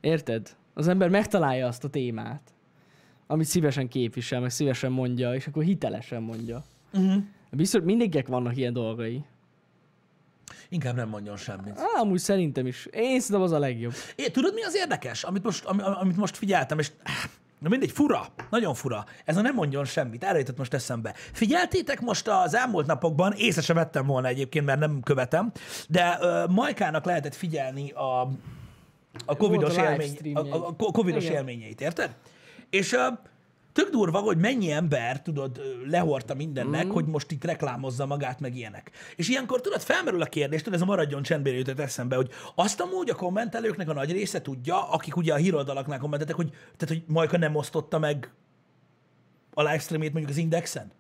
S1: Érted? Az ember megtalálja azt a témát, amit szívesen képvisel, meg szívesen mondja, és akkor hitelesen mondja.
S2: Uh-huh.
S1: Biztos mindenkinek vannak ilyen dolgai.
S2: Inkább nem mondjon semmit.
S1: Á, amúgy szerintem is. Én szerintem az a legjobb.
S2: É, tudod, mi az érdekes, amit most, ami, amit most figyeltem, és na mindegy, fura, nagyon fura. Ez a nem mondjon semmit, erre jutott most eszembe. Figyeltétek most az elmúlt napokban, észre sem vettem volna egyébként, mert nem követem, de ö, Majkának lehetett figyelni a, a covidos,
S1: live
S2: élmény, a,
S1: streamjeid.
S2: a, a covidos
S1: Igen.
S2: élményeit, érted? És ö, tök durva, hogy mennyi ember, tudod, ö, lehordta mindennek, mm. hogy most itt reklámozza magát, meg ilyenek. És ilyenkor, tudod, felmerül a kérdés, tudod, ez a maradjon csendbére jutott eszembe, hogy azt amúgy a kommentelőknek a nagy része tudja, akik ugye a híroldalaknál kommenteltek, hogy, tehát, hogy Majka nem osztotta meg a livestreamét mondjuk az Indexen.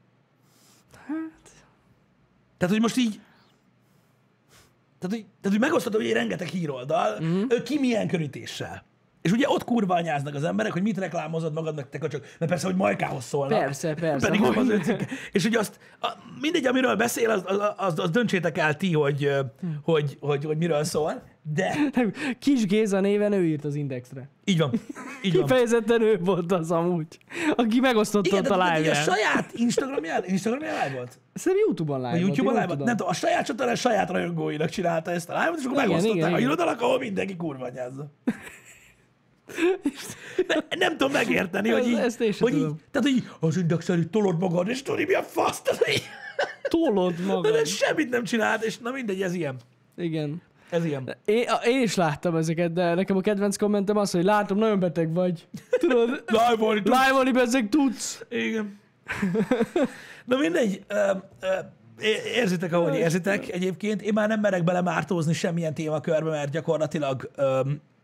S1: Hát,
S2: Tehát, hogy most így...
S1: Mhm.
S2: Tehát, hogy, tehát, hogy megosztod, hogy rengeteg híroldal, mm. ki milyen körítéssel. És ugye ott kurva anyáznak az emberek, hogy mit reklámozod magadnak, te csak, mert persze, hogy Majkához szólnak.
S1: Persze, persze.
S2: Pedig nem az ő cikke. És ugye azt, a, mindegy, amiről beszél, az, az, az, az döntsétek el ti, hogy, ö, hogy, hogy, hogy miről szól, de
S1: Nem, Kis Géza néven ő írt az Indexre.
S2: így van. Így van.
S1: Kifejezetten ő volt az amúgy, aki megosztotta
S2: Igen,
S1: ott
S2: de
S1: a
S2: tudod, hogy a
S1: live-en.
S2: saját Instagramján, Instagramján live volt?
S1: Szerintem YouTube-on live
S2: A YouTube-on
S1: én
S2: live
S1: nem
S2: volt?
S1: tudom.
S2: Nem tudom, a saját csatornán saját rajongóinak csinálta ezt a live-ot, és akkor
S1: Igen, igen,
S2: megosztották a
S1: igen.
S2: irodalak, ahol mindenki kurvanyázza. Ne, nem tudom megérteni, hogy
S1: Ez-
S2: így,
S1: ezt én sem
S2: hogy így,
S1: tudom.
S2: tehát így az index előtt tolod magad, és tudod, mi a fasz, tehát így,
S1: Tolod magad.
S2: de semmit nem csinált, és na mindegy, ez ilyen.
S1: Igen.
S2: Ez ilyen.
S1: Én, a- én is láttam ezeket, de nekem a kedvenc kommentem az, hogy látom, nagyon beteg vagy. Tudod,
S2: Live volt.
S1: live-olni bezzeg tudsz.
S2: Igen. Na mindegy, ö, ö, é- érzitek, ahogy érzitek egyébként. Én már nem merek bele mártózni semmilyen témakörbe, mert gyakorlatilag ö,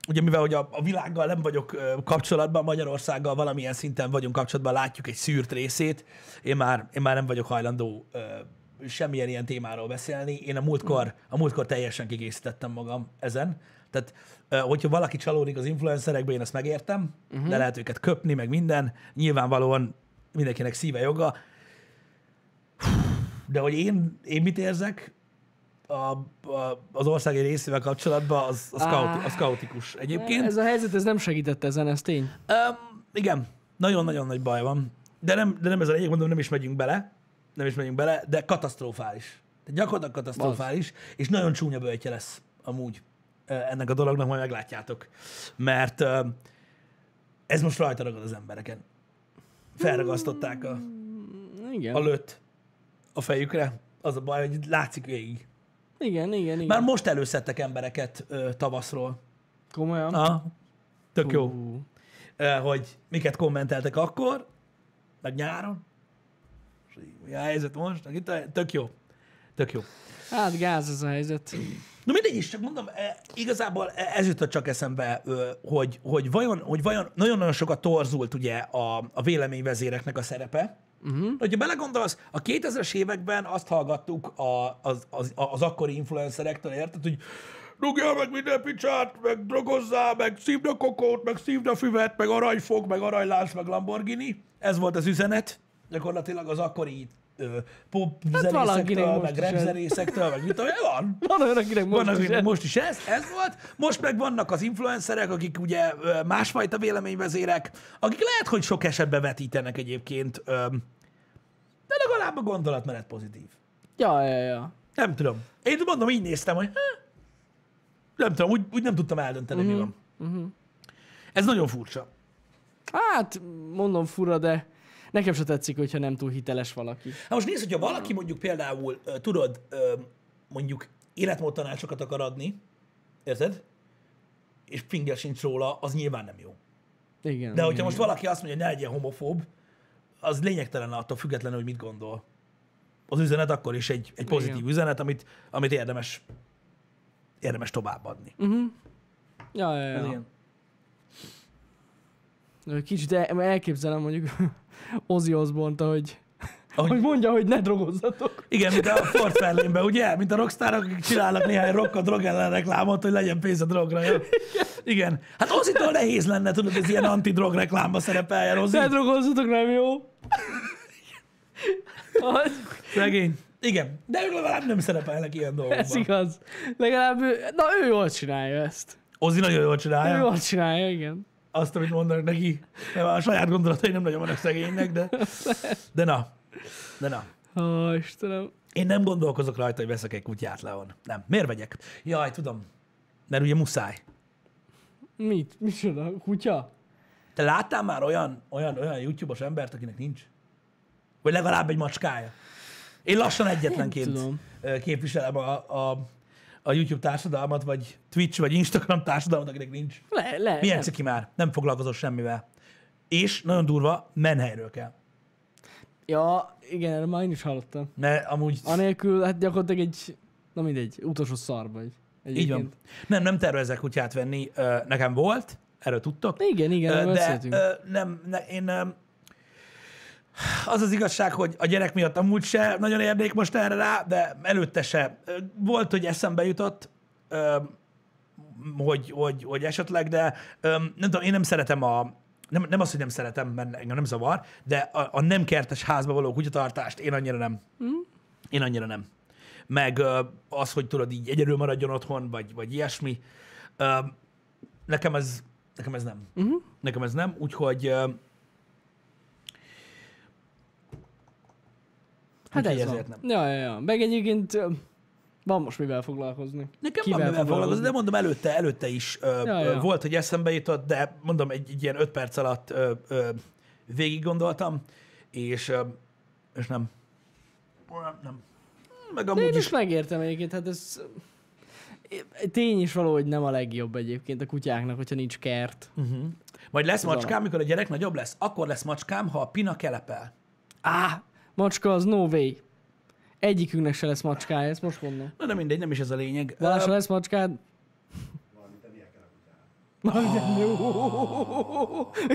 S2: ugye mivel hogy a, a világgal nem vagyok ö, kapcsolatban, Magyarországgal valamilyen szinten vagyunk kapcsolatban, látjuk egy szűrt részét, én már, én már nem vagyok hajlandó ö, semmilyen ilyen témáról beszélni. Én a múltkor, a múltkor teljesen kigészítettem magam ezen. Tehát, ö, hogyha valaki csalódik az influencerekbe, én ezt megértem, uh-huh. de lehet őket köpni, meg minden. Nyilvánvalóan mindenkinek szíve joga. De hogy én, én mit érzek a, a, az országi részével kapcsolatban, az, az, kauti, az kaotikus egyébként.
S1: Ez a helyzet, ez nem segített ezen, ez tény.
S2: Um, igen, nagyon-nagyon nagy baj van. De nem, de nem ez a lényeg, mondom, nem is megyünk bele. Nem is megyünk bele, de katasztrofális. De gyakorlatilag katasztrofális, és nagyon csúnya böjtje lesz amúgy ö, ennek a dolognak, majd meglátjátok. Mert ö, ez most rajta ragad az embereken. Felragasztották a,
S1: Igen.
S2: a lőtt a fejükre. Az a baj, hogy látszik végig.
S1: igen, igen, igen.
S2: Már most előszedtek embereket ö, tavaszról.
S1: Komolyan.
S2: Na, tök jó.
S1: Hú.
S2: Ö, hogy miket kommenteltek akkor, meg nyáron, és így, mi a helyzet most, meg itt a- tök jó. Tök jó.
S1: Hát gáz ez a helyzet.
S2: Na mindegy is, csak mondom, e, igazából e, ez jutott csak eszembe, ö, hogy, hogy vajon, hogy vajon nagyon-nagyon sokat torzult ugye a, a véleményvezéreknek a szerepe.
S1: Mhm.
S2: Uh-huh. Hogyha belegondolsz, a 2000-es években azt hallgattuk a, az, az, az akkori influencerektől, érted, hogy rúgjál meg minden picsát, meg drogozzál, meg szívd a kokót, meg szívd a füvet, meg aranyfog, meg aranylás, meg Lamborghini. Ez volt az üzenet, gyakorlatilag az akkori ö, pop
S1: valakinek Hát most
S2: zenészektől, meg
S1: is ez.
S2: rap zenészektől, meg mit tudom, én, van.
S1: Van olyan, akinek most
S2: Vannak,
S1: is
S2: akik
S1: ez.
S2: most is ez, ez volt. Most meg vannak az influencerek, akik ugye ö, másfajta véleményvezérek, akik lehet, hogy sok esetben vetítenek egyébként, öm, de legalább a gondolatmenet pozitív.
S1: Ja, ja, ja.
S2: Nem tudom. Én mondom, így néztem, hogy "Há." nem tudom, úgy, úgy nem tudtam eldönteni,
S1: Mhm.
S2: uh-huh. mi van. Uh-huh. Ez nagyon furcsa.
S1: Hát, mondom fura, de nekem se tetszik, hogyha nem túl hiteles valaki.
S2: Hát most nézd, hogyha valaki mondjuk például, ö, tudod, ö, mondjuk életmód tanácsokat akar adni, érted? És pingja sincs róla, az nyilván nem jó.
S1: Igen.
S2: De hogyha most valaki azt mondja, hogy ne legyen homofób, az lényegtelen attól függetlenül, hogy mit gondol. Az üzenet akkor is egy, egy pozitív
S1: Igen.
S2: Igen. üzenet, amit, amit érdemes, érdemes továbbadni.
S1: Mhm. Ja, ja, ja.
S2: Igen.
S1: Kicsit el, elképzelem mondjuk Ozzy osbourne hogy,
S2: Ahogy-
S1: hogy, hogy mondja, hogy ne drogozzatok.
S2: Igen, mint a Fort Berlinben, ugye? Mint a rockstarok, akik csinálnak néhány rock a drog ellen reklámot, hogy legyen pénz a drogra. Jó? Igen. Hát Ozitól nehéz lenne, tudod, hogy ez ilyen antidrog reklámba szerepeljen, Ozi.
S1: Ne drogozzatok, nem jó? Az-
S2: Szegény. Igen. De ők legalább nem szerepelnek ilyen
S1: Ez
S2: dolgokban.
S1: igaz. Legalább ő, na ő jól csinálja ezt.
S2: Ozi nagyon jól
S1: Ő
S2: csinálja.
S1: jól csinálja, igen.
S2: azt, amit mondanak neki. Nem, a saját gondolatai nem nagyon vannak szegénynek, de, de na. De na.
S1: Ó, Istenem.
S2: Én nem gondolkozok rajta, hogy veszek egy kutyát Leon. Nem. Miért vegyek? Jaj, tudom. Mert ugye muszáj.
S1: Mit? Micsoda? Kutya?
S2: Te láttál már olyan, olyan, olyan YouTube-os embert, akinek nincs? Vagy legalább egy macskája? Én lassan egyetlenként
S1: tudom.
S2: ö, képviselem a, a, a YouTube társadalmat, vagy Twitch, vagy Instagram társadalmat, akinek nincs.
S1: Le, le,
S2: Milyen
S1: nem.
S2: ciki már? Nem foglalkozol semmivel. És nagyon durva, menhelyről kell.
S1: Ja, igen, erre már én is hallottam.
S2: Mert amúgy...
S1: Anélkül, hát gyakorlatilag egy, na mindegy, utolsó szar vagy.
S2: Így van. Nem, nem tervezek kutyát venni. Ö, Nekem volt, erről tudtok.
S1: Igen, igen,
S2: Ö,
S1: erről
S2: De
S1: beszéltünk.
S2: ö, nem, ne, én nem. Az az igazság, hogy a gyerek miatt amúgy se nagyon érnék most erre rá, de előtte se. Ö, Volt, hogy eszembe jutott, ö, hogy, hogy, hogy esetleg, de öm, nem tudom, én nem szeretem a, nem, nem az, hogy nem szeretem, mert engem nem zavar, de a, a nem kertes házba való kutyatartást én annyira nem. Mm. Én annyira nem. Meg ö, az, hogy tudod, így egyedül maradjon otthon, vagy, vagy ilyesmi. Ö, nekem ez, nekem ez nem.
S1: Mhm.
S2: Uh-huh. Nekem ez nem, úgyhogy ö,
S1: Hát
S2: Úgyhogy
S1: ez
S2: ezért
S1: van. Ja, ja, ja. Meg egyébként ö, van most mivel foglalkozni.
S2: Nekem Kivel van mivel foglalkozni, de mondom, előtte, előtte is ö,
S1: Ja,
S2: ö,
S1: ja.
S2: volt, hogy eszembe jutott, de mondom, egy, egy ilyen öt perc alatt ö, ö, végig gondoltam, és, ö, és nem. Nem, nem. Meg
S1: De
S2: amúgy
S1: én
S2: is
S1: is megértem egyébként, hát ez... ö, Tény is valahogy nem a legjobb egyébként a kutyáknak, hogyha nincs kert.
S2: Hm. Majd lesz
S1: alap.
S2: macskám, mikor a gyerek nagyobb lesz. Akkor lesz macskám, ha a pina kelepel.
S1: Á, macska az no way. Egyikünknek se lesz macskája, ezt most mondom.
S2: Na de mindegy, nem is ez a lényeg.
S1: Balázs, ha
S2: Ö,
S1: lesz macskád? Valamit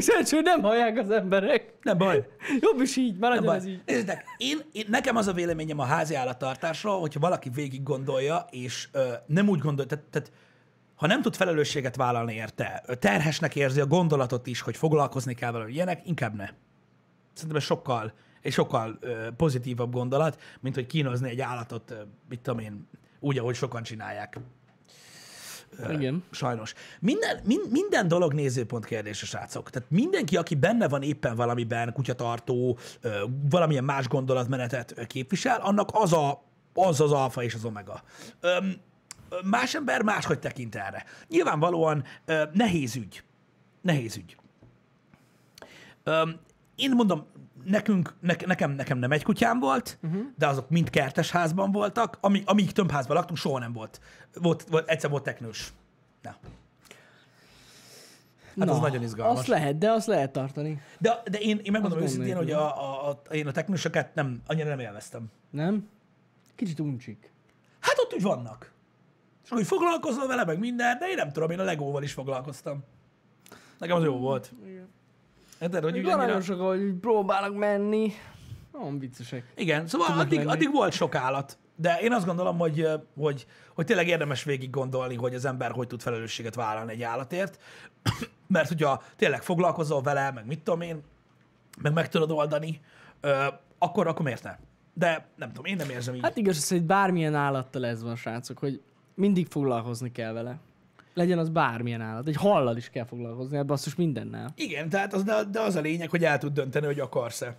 S1: Szerencsé, nem hallják az emberek.
S2: nem baj.
S1: Jobb is így, már
S2: Nem
S1: legyen Hát ez
S2: baj.
S1: így.
S2: Nézzétek, én, én, nekem az a véleményem a házi állattartásról, hogyha valaki végig gondolja, és ö, nem úgy gondolja, tehát, tehát ha nem tud felelősséget vállalni érte, ö, terhesnek érzi a gondolatot is, hogy foglalkozni kell vele, hogy ilyenek, inkább ne. Szerintem ez sokkal, egy sokkal ö, pozitívabb gondolat, mint hogy kínozni egy állatot, ö, mit tudom én, úgy, ahogy sokan csinálják.
S1: Igen.
S2: Sajnos. Minden, min, minden dolog nézőpont kérdése, srácok. Tehát mindenki, aki benne van éppen valamiben, kutyatartó, ö, valamilyen más gondolatmenetet ö, képvisel, annak az a, az, az alfa és az omega. Öm, ö, más ember máshogy tekint erre. Nyilvánvalóan ö, nehéz ügy. Nehéz ügy. Öm, én mondom, nekünk, ne, nekem, nekem nem egy kutyám volt, uh-huh. de azok mind kertes házban voltak. Ami, amíg több házban laktunk, soha nem volt. volt, volt egyszer volt teknős. Na. Hát Na, az nagyon izgalmas.
S1: Azt lehet, de azt lehet tartani.
S2: De, de én, én megmondom
S1: Azt
S2: őszintén, hogy
S1: gondoljuk,
S2: a, a, a, én a teknősöket nem, annyira nem élveztem.
S1: Nem? Kicsit uncsik.
S2: Hát ott úgy vannak. És úgy foglalkozol vele, meg minden, de én nem tudom, én a legóval is foglalkoztam. Nekem az jó volt. Érted, hogy úgy annyira...
S1: Aranyosak, ahogy úgy próbálnak menni. Nagyon viccesek.
S2: Igen, szóval
S1: tudnak
S2: addig,
S1: lenni.
S2: addig volt sok állat. De én azt gondolom, hogy, ö, hogy, hogy tényleg érdemes végig gondolni, hogy az ember hogy tud felelősséget vállalni egy állatért. Mert hogyha tényleg foglalkozol vele, meg mit tudom én, meg meg tudod oldani, ö, akkor, akkor miért ne? De nem tudom, én nem érzem így.
S1: Hát igaz, az, hogy bármilyen állattal ez van, srácok, hogy mindig foglalkozni kell vele. Legyen az bármilyen állat. Egy hallal is kell foglalkozni, ebben basszus mindennel.
S2: Igen, tehát az, de, de az a lényeg, hogy el tud dönteni, hogy akarsz-e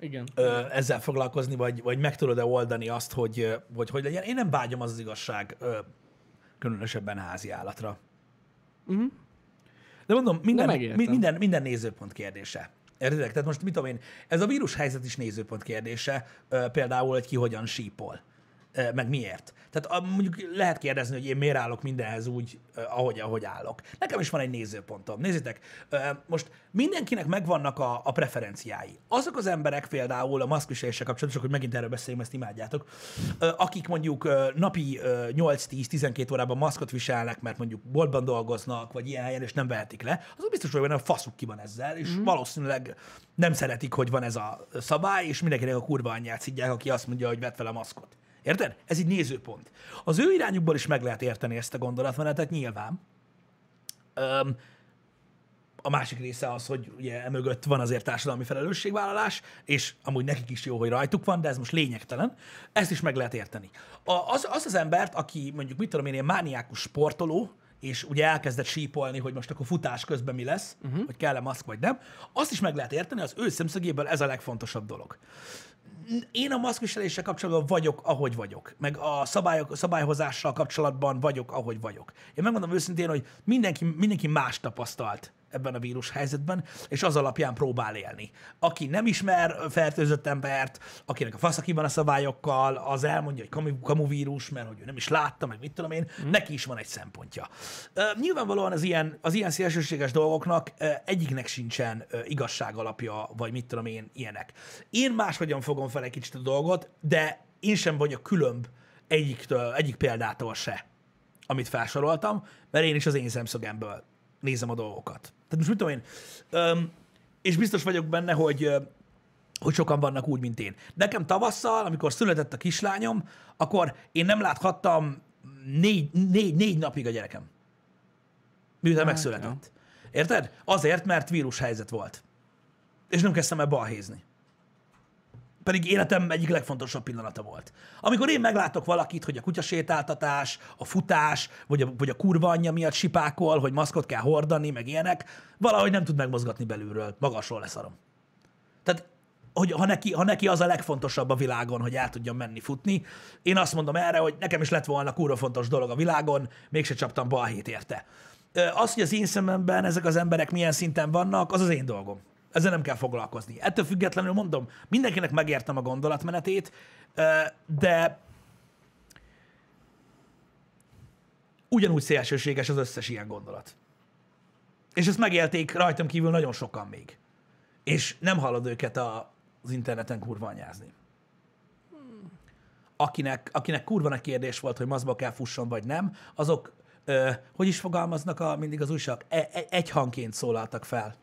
S1: Igen.
S2: ö, ezzel foglalkozni, vagy, vagy meg tudod-e oldani azt, hogy, ö, hogy hogy legyen. Én nem vágyom az, az igazság ö, különösebben házi állatra. Uh-huh. De mondom, minden,
S1: De
S2: mi,
S1: megértem.
S2: minden, minden nézőpont kérdése. Értitek? Tehát most mit tudom én, ez a vírus helyzet is nézőpont kérdése, ö, például, hogy ki hogyan sípol, ö, meg miért. Tehát a, mondjuk lehet kérdezni, hogy én miért állok mindenhez úgy, ö, ahogy, ahogy állok. Nekem is van egy nézőpontom. Nézzétek, ö, most mindenkinek megvannak a, a preferenciái. Azok az emberek például a maszkviseléssel kapcsolatban, csak hogy megint erről beszéljünk, ezt imádjátok, ö, akik mondjuk ö, napi ö, 8-10-12 órában maszkot viselnek, mert mondjuk boltban dolgoznak, vagy ilyen helyen, és nem vehetik le, azok biztos vagyok benne, hogy faszuk ki van ezzel, és mm. valószínűleg nem szeretik, hogy van ez a szabály, és mindenkinek a kurva anyját szidják, aki azt mondja, hogy vedd fel a maszkot. Érted? Ez így nézőpont. Az ő irányukból is meg lehet érteni ezt a gondolatmenetet nyilván. Öm, a másik része az, hogy ugye emögött van azért társadalmi felelősségvállalás, és amúgy nekik is jó, hogy rajtuk van, de ez most lényegtelen. Ezt is meg lehet érteni. A, az, az az embert, aki mondjuk, mit tudom én, ilyen mániákus sportoló, és ugye elkezdett sípolni, hogy most akkor futás közben mi lesz, uh-huh. hogy kell-e maszk vagy nem, azt is meg lehet érteni, az ő szemszögéből ez a legfontosabb dolog én a maszkviseléssel kapcsolatban vagyok, ahogy vagyok. Meg a szabályok, szabályhozással kapcsolatban vagyok, ahogy vagyok. Én megmondom őszintén, hogy mindenki, mindenki más tapasztalt ebben a vírus helyzetben, és az alapján próbál élni. Aki nem ismer fertőzött embert, akinek a faszakiban van a szabályokkal, az elmondja, hogy kamu, kamuvírus, mert hogy ő nem is látta, meg mit tudom én, neki is van egy szempontja. Ö, nyilvánvalóan az ilyen, az ilyen szélsőséges dolgoknak ö, egyiknek sincsen ö, igazság alapja, vagy mit tudom én, ilyenek. Én máshogyan fogom fel egy kicsit a dolgot, de én sem vagyok különb egyiktől, egyik példától se, amit felsoroltam, mert én is az én szemszögemből nézem a dolgokat. Tehát most mit tudom én, öm, és biztos vagyok benne, hogy ö, hogy sokan vannak úgy, mint én. Nekem tavasszal, amikor született a kislányom, akkor én nem láthattam négy, négy, négy napig a gyerekem. Miután megszületett. Érted? Azért, mert vírushelyzet volt. És nem kezdtem el balhézni. Pedig életem egyik legfontosabb pillanata volt. Amikor én meglátok valakit, hogy a kutyasétáltatás, a futás, vagy a, vagy a kurva anyja miatt sipákol, hogy maszkot kell hordani, meg ilyenek, valahogy nem tud megmozgatni belülről, magasról leszarom. Tehát, hogy ha neki, ha neki az a legfontosabb a világon, hogy el tudjon menni futni, én azt mondom erre, hogy nekem is lett volna kurva fontos dolog a világon, mégse csaptam balhét érte. Ö, Az, hogy az én szememben ezek az emberek milyen szinten vannak, az az én dolgom. Ezzel nem kell foglalkozni. Ettől függetlenül mondom, mindenkinek megértem a gondolatmenetét, ö, de ugyanúgy szélsőséges az összes ilyen gondolat. És ezt megélték rajtam kívül nagyon sokan még és nem hallod őket a, az interneten kurvanyázni. Akinek, akinek kurva nagy kérdés volt, hogy mazba kell fusson vagy nem, azok, ö, hogy is fogalmaznak a, mindig az újság, e, e, egy hangként szólaltak fel.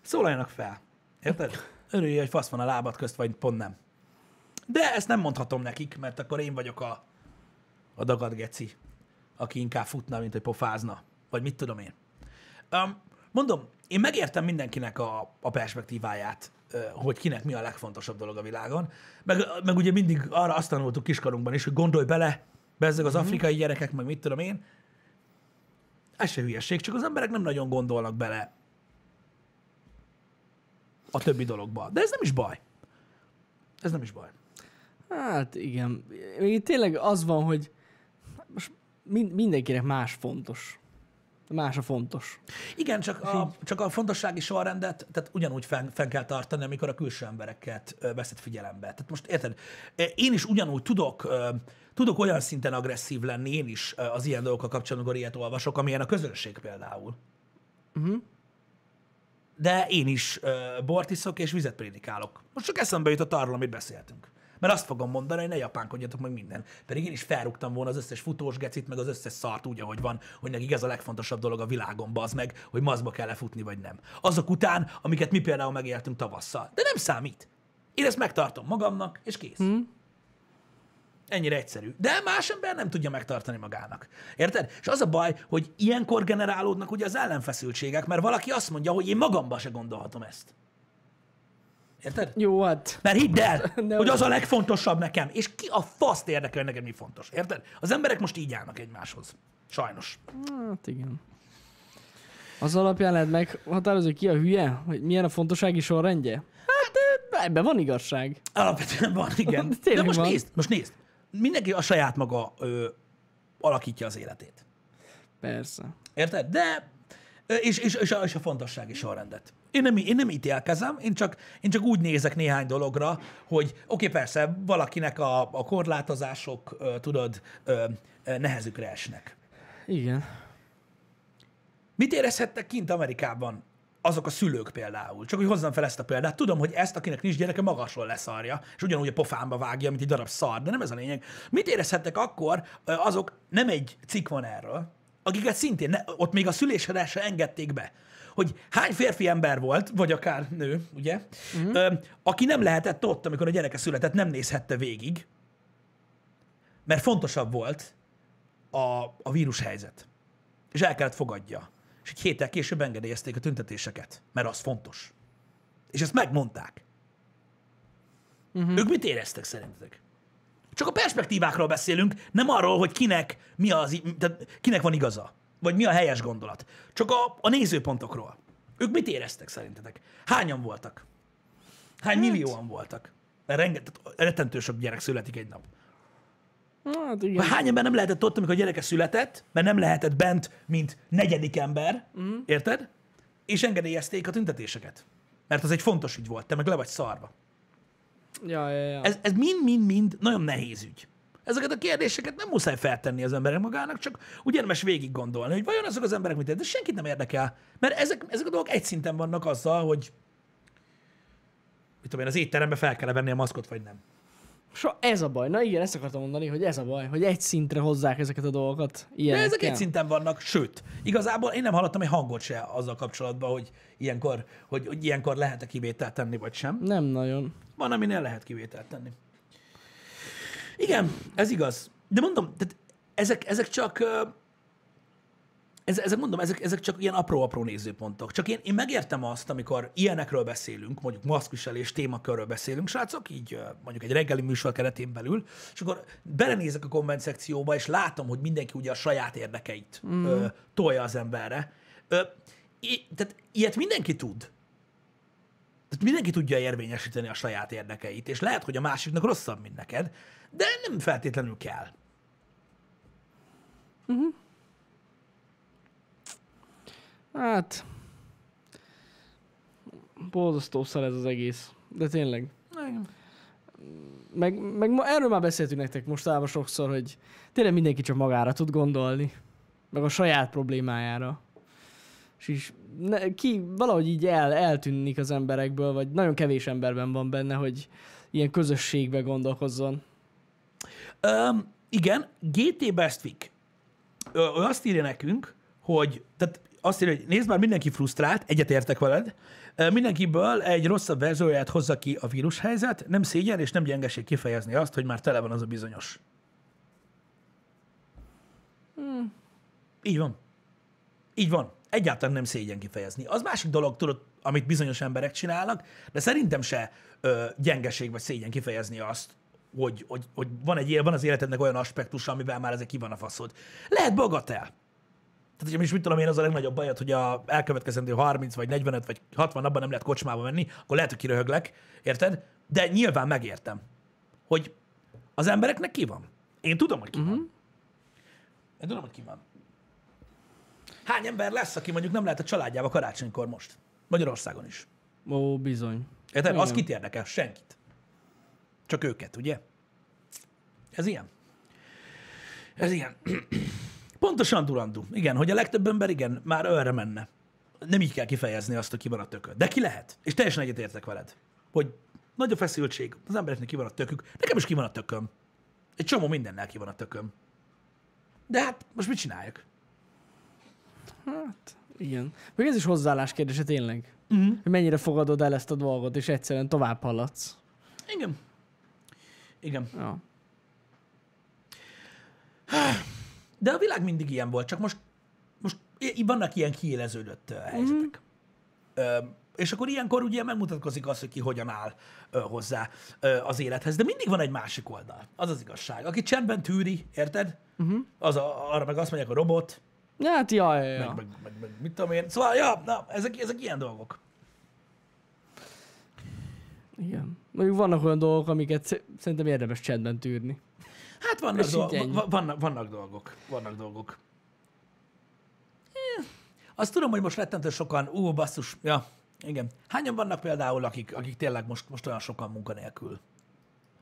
S2: Szólaljanak fel. Érted? Örülj, hogy fasz van a lábad közt, vagy pont nem. De ezt nem mondhatom nekik, mert akkor én vagyok a, a dagad geci, aki inkább futna, mint hogy pofázna. Vagy mit tudom én. Um, mondom, én megértem mindenkinek a, a perspektíváját, ö, hogy kinek mi a legfontosabb dolog a világon. Meg, meg ugye mindig arra azt tanultuk kiskorunkban is, hogy gondolj bele, bezzeg az afrikai gyerekek, meg mit tudom én. Ez se hülyeség, csak az emberek nem nagyon gondolnak bele a többi dologba. De ez nem is baj. Ez nem is baj.
S1: Hát igen. Még itt tényleg az van, hogy most mind, mindenkinek más fontos. Más a fontos.
S2: Igen, csak a, csak a fontossági sorrendet, tehát ugyanúgy fenn, fenn kell tartani, amikor a külső embereket ö, veszed figyelembe. Tehát most érted, én is ugyanúgy tudok, ö, tudok olyan szinten agresszív lenni én is ö, az ilyen dolgokkal kapcsolatban, amikor ilyet olvasok, amilyen a közönség például. Uh-huh. De én is ö, bort iszok és vizet prédikálok. Most csak eszembe jutott arról, amit beszéltünk. Mert azt fogom mondani, hogy ne japánkodjatok meg minden. Pedig én is felrúgtam volna az összes futós gecit, meg az összes szart úgy, ahogy van, hogy nekik ez a legfontosabb dolog a világon, az meg, hogy mazba kell-e futni, vagy nem. Azok után, amiket mi például megéltünk tavasszal. De nem számít. Én ezt megtartom magamnak, és kész. Hmm. Ennyire egyszerű. De más ember nem tudja megtartani magának. Érted? És az a baj, hogy ilyenkor generálódnak ugye az ellenfeszültségek, mert valaki azt mondja, hogy én magamba se gondolhatom ezt. Érted?
S1: Jó, hát.
S2: Mert hidd el,
S1: Nem.
S2: hogy az a legfontosabb nekem, és ki a faszt érdekel hogy nekem, mi fontos. Érted? Az emberek most így állnak egymáshoz. Sajnos.
S1: Hát igen. Az alapján lehet meghatározni ki a hülye, hogy milyen a fontossági sorrendje? Hát ö, ebben van igazság.
S2: Alapvetően van, igen.
S1: De
S2: De
S1: tényleg
S2: most
S1: van.
S2: nézd, most nézd. Mindenki a saját maga ö, alakítja az életét.
S1: Persze.
S2: Érted? De, ö, és, és, és, a, és a fontossági sorrendet. Én nem, én nem ítélkezem, én csak, én csak úgy nézek néhány dologra, hogy oké, okay, persze, valakinek a, a korlátozások, ö, tudod, ö, ö, nehezükre esnek.
S1: Igen.
S2: Mit érezhettek kint Amerikában azok a szülők például? Csak hogy hozzam fel ezt a példát. Tudom, hogy ezt, akinek nincs gyereke, magasról leszarja, és ugyanúgy a pofámba vágja, mint egy darab szar, de nem ez a lényeg. Mit érezhettek akkor ö, azok, nem egy cikk van erről, akiket szintén ne, ott még a szülésre se engedték be, hogy hány férfi ember volt, vagy akár nő, ugye, mm-hmm. aki nem lehetett ott, amikor a gyereke született, nem nézhette végig, mert fontosabb volt a, a vírus helyzet és el kellett fogadja. És egy héttel később engedélyezték a tüntetéseket, mert az fontos. És ezt megmondták. Uh-huh. Ők mit éreztek szerintetek? Csak a perspektívákról beszélünk, nem arról, hogy kinek, mi az, i- tehát kinek van igaza, vagy mi a helyes gondolat. Csak a, a nézőpontokról. Ők mit éreztek szerintetek? Hányan voltak? Hány hát. millióan voltak? Rengeteg, rettentő sok gyerek születik egy nap.
S1: Hát igen.
S2: Vagy Hány ember nem lehetett ott, amikor a gyereke született, mert nem lehetett bent, mint negyedik ember, mm. érted? És engedélyezték a tüntetéseket. Mert az egy fontos ügy volt, te meg le vagy szarva.
S1: Ja, ja, ja.
S2: Ez ez mind-mind-mind nagyon nehéz ügy. Ezeket a kérdéseket nem muszáj feltenni az emberek magának, csak úgy érdemes végig gondolni, hogy vajon azok az emberek mit érdekel, de senkit nem érdekel. Mert ezek, ezek a dolgok egy szinten vannak azzal, hogy mit tudom én, az étterembe fel kell venni a maszkot, vagy nem.
S1: So, ez a baj. Na igen, ezt akartam mondani, hogy ez a baj, hogy egy szintre hozzák ezeket a dolgokat.
S2: De
S1: Ilyenekkel.
S2: ezek egy szinten vannak, sőt, igazából én nem hallottam egy hangot se azzal kapcsolatban, hogy ilyenkor, hogy, hogy ilyenkor lehet-e kivételt tenni, vagy sem.
S1: Nem nagyon.
S2: Van, aminél lehet kivételt tenni. Igen, ez igaz. de mondom, tehát ezek, ezek csak... ö, Ez, ezek mondom, ezek, ezek csak ilyen apró-apró nézőpontok. Csak én, én megértem azt, amikor ilyenekről beszélünk, mondjuk maszkviselés témakörről beszélünk, srácok, így ö, mondjuk egy reggeli műsor keretén belül, és akkor belenézek a komment szekcióba, és látom, hogy mindenki ugye a saját érdekeit mm. ö, tolja az emberre. Ö, i, tehát ilyet mindenki tud. Tehát mindenki tudja érvényesíteni a saját érdekeit, és lehet, hogy a másiknak rosszabb, mint neked, de nem feltétlenül kell.
S1: Hát... Borzasztó szar ez az egész. De tényleg. Meg, meg ma, erről már beszéltünk nektek mostában sokszor, hogy tényleg mindenki csak magára tud gondolni. Meg a saját problémájára. És is, ne, ki valahogy így el, eltűnik az emberekből, vagy nagyon kevés emberben van benne, hogy ilyen közösségbe gondolkozzon.
S2: Um, igen, GT Best Week. Ö, ő azt írja nekünk, hogy, tehát azt írja, hogy nézd már, mindenki frusztrált, egyetértek veled, Ö, mindenkiből egy rosszabb verzióját hozza ki a vírushelyzet, nem szégyen és nem gyengeség kifejezni azt, hogy már tele van az a bizonyos. Így van. Így van. Egyáltalán nem szégyen kifejezni. Az másik dolog, tudod, amit bizonyos emberek csinálnak, de szerintem se ö, gyengeség vagy szégyen kifejezni azt, hogy, hogy, hogy van, egy, él- van az életednek olyan aspektusa, amivel már ezek ki van a faszod. Lehet bagatel. Tehát, hogy is mit tudom én, az a legnagyobb bajod, hogy a elkövetkezendő 30 vagy 45 vagy 60 napban nem lehet kocsmába menni, akkor lehet, hogy kiröhöglek, érted? De nyilván megértem, hogy az embereknek ki van. Én tudom, hogy ki uh-huh. van. Én tudom, hogy ki van. Hány ember lesz, aki mondjuk nem lehet a családjába karácsonykor most? Magyarországon is.
S1: Ó, bizony.
S2: Érted? Az
S1: Igen.
S2: kit érdekel? Senkit. Csak őket, ugye? Ez ilyen. Ez ilyen. Pontosan durandú. Igen, hogy a legtöbb ember igen, már őre menne. Nem így kell kifejezni azt, hogy ki van a tököd. De ki lehet. És teljesen egyetértek veled, hogy nagy a feszültség, az embereknek ki van a tökük, nekem is ki van a tököm. Egy csomó mindennel ki van a tököm. De hát most mit csináljak?
S1: Hát, igen. Még ez is hozzáállás kérdése tényleg. Hogy mennyire fogadod el ezt a dolgot, és egyszerűen tovább haladsz.
S2: Igen. Igen.
S1: Ja.
S2: De a világ mindig ilyen volt, csak most, most i- i- vannak ilyen kiéleződött ö, helyzetek. Ö, és akkor ilyenkor ugye megmutatkozik az, hogy ki hogyan áll ö, hozzá ö, az élethez. De mindig van egy másik oldal. Az az igazság. Aki csendben tűri, érted? Uh-huh. Az a, arra meg azt mondják, a robot,
S1: Hát, jaj, jaj,
S2: meg,
S1: jaj.
S2: meg, meg, meg mit tudom én. Szóval, ja, na, ezek, ezek ilyen dolgok.
S1: Igen. Mondjuk vannak olyan dolgok, amiket sz- szerintem érdemes csendben tűrni.
S2: Hát vannak,
S1: És
S2: dolg,
S1: így ennyi.
S2: va- vannak, vannak dolgok. Vannak dolgok. Eh, Azt tudom, hogy most rettentő sokan, ú, basszus, ja, igen. Hányan vannak például, akik, akik tényleg most, most olyan sokan munkanélkül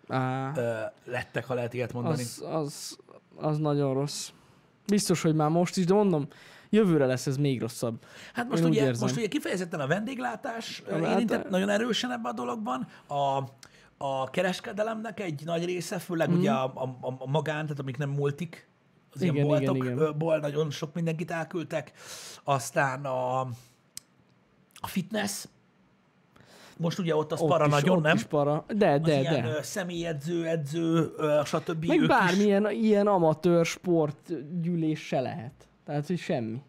S1: Á,
S2: ö, lettek, ha lehet ilyet mondani? Az...
S1: az, az, az nagyon rossz. Biztos, hogy már most is, de mondom, jövőre lesz ez még rosszabb.
S2: Hát most
S1: én úgy
S2: ugye,
S1: érzem.
S2: most ugye kifejezetten a vendéglátás ö,
S1: Ja, hát-
S2: érintett nagyon erősen ebben a dologban. A, a kereskedelemnek egy nagy része, főleg mm. ugye a, a, a- a magán, tehát amik nem multik, az igen, ilyen
S1: Mhm. Igen, igen, igen.
S2: boltokból nagyon sok mindenkit elküldtek. Aztán a, a fitness, most ugye ott az
S1: Ott
S2: para
S1: is,
S2: nagyon,
S1: ott
S2: nem?
S1: Is para. De,
S2: Az
S1: de,
S2: ilyen
S1: de.
S2: ö, személyedző, edző, ö, stb.
S1: Meg
S2: ők is.
S1: bármilyen ilyen amatőr sportgyűlés se lehet. Tehát, hogy semmi.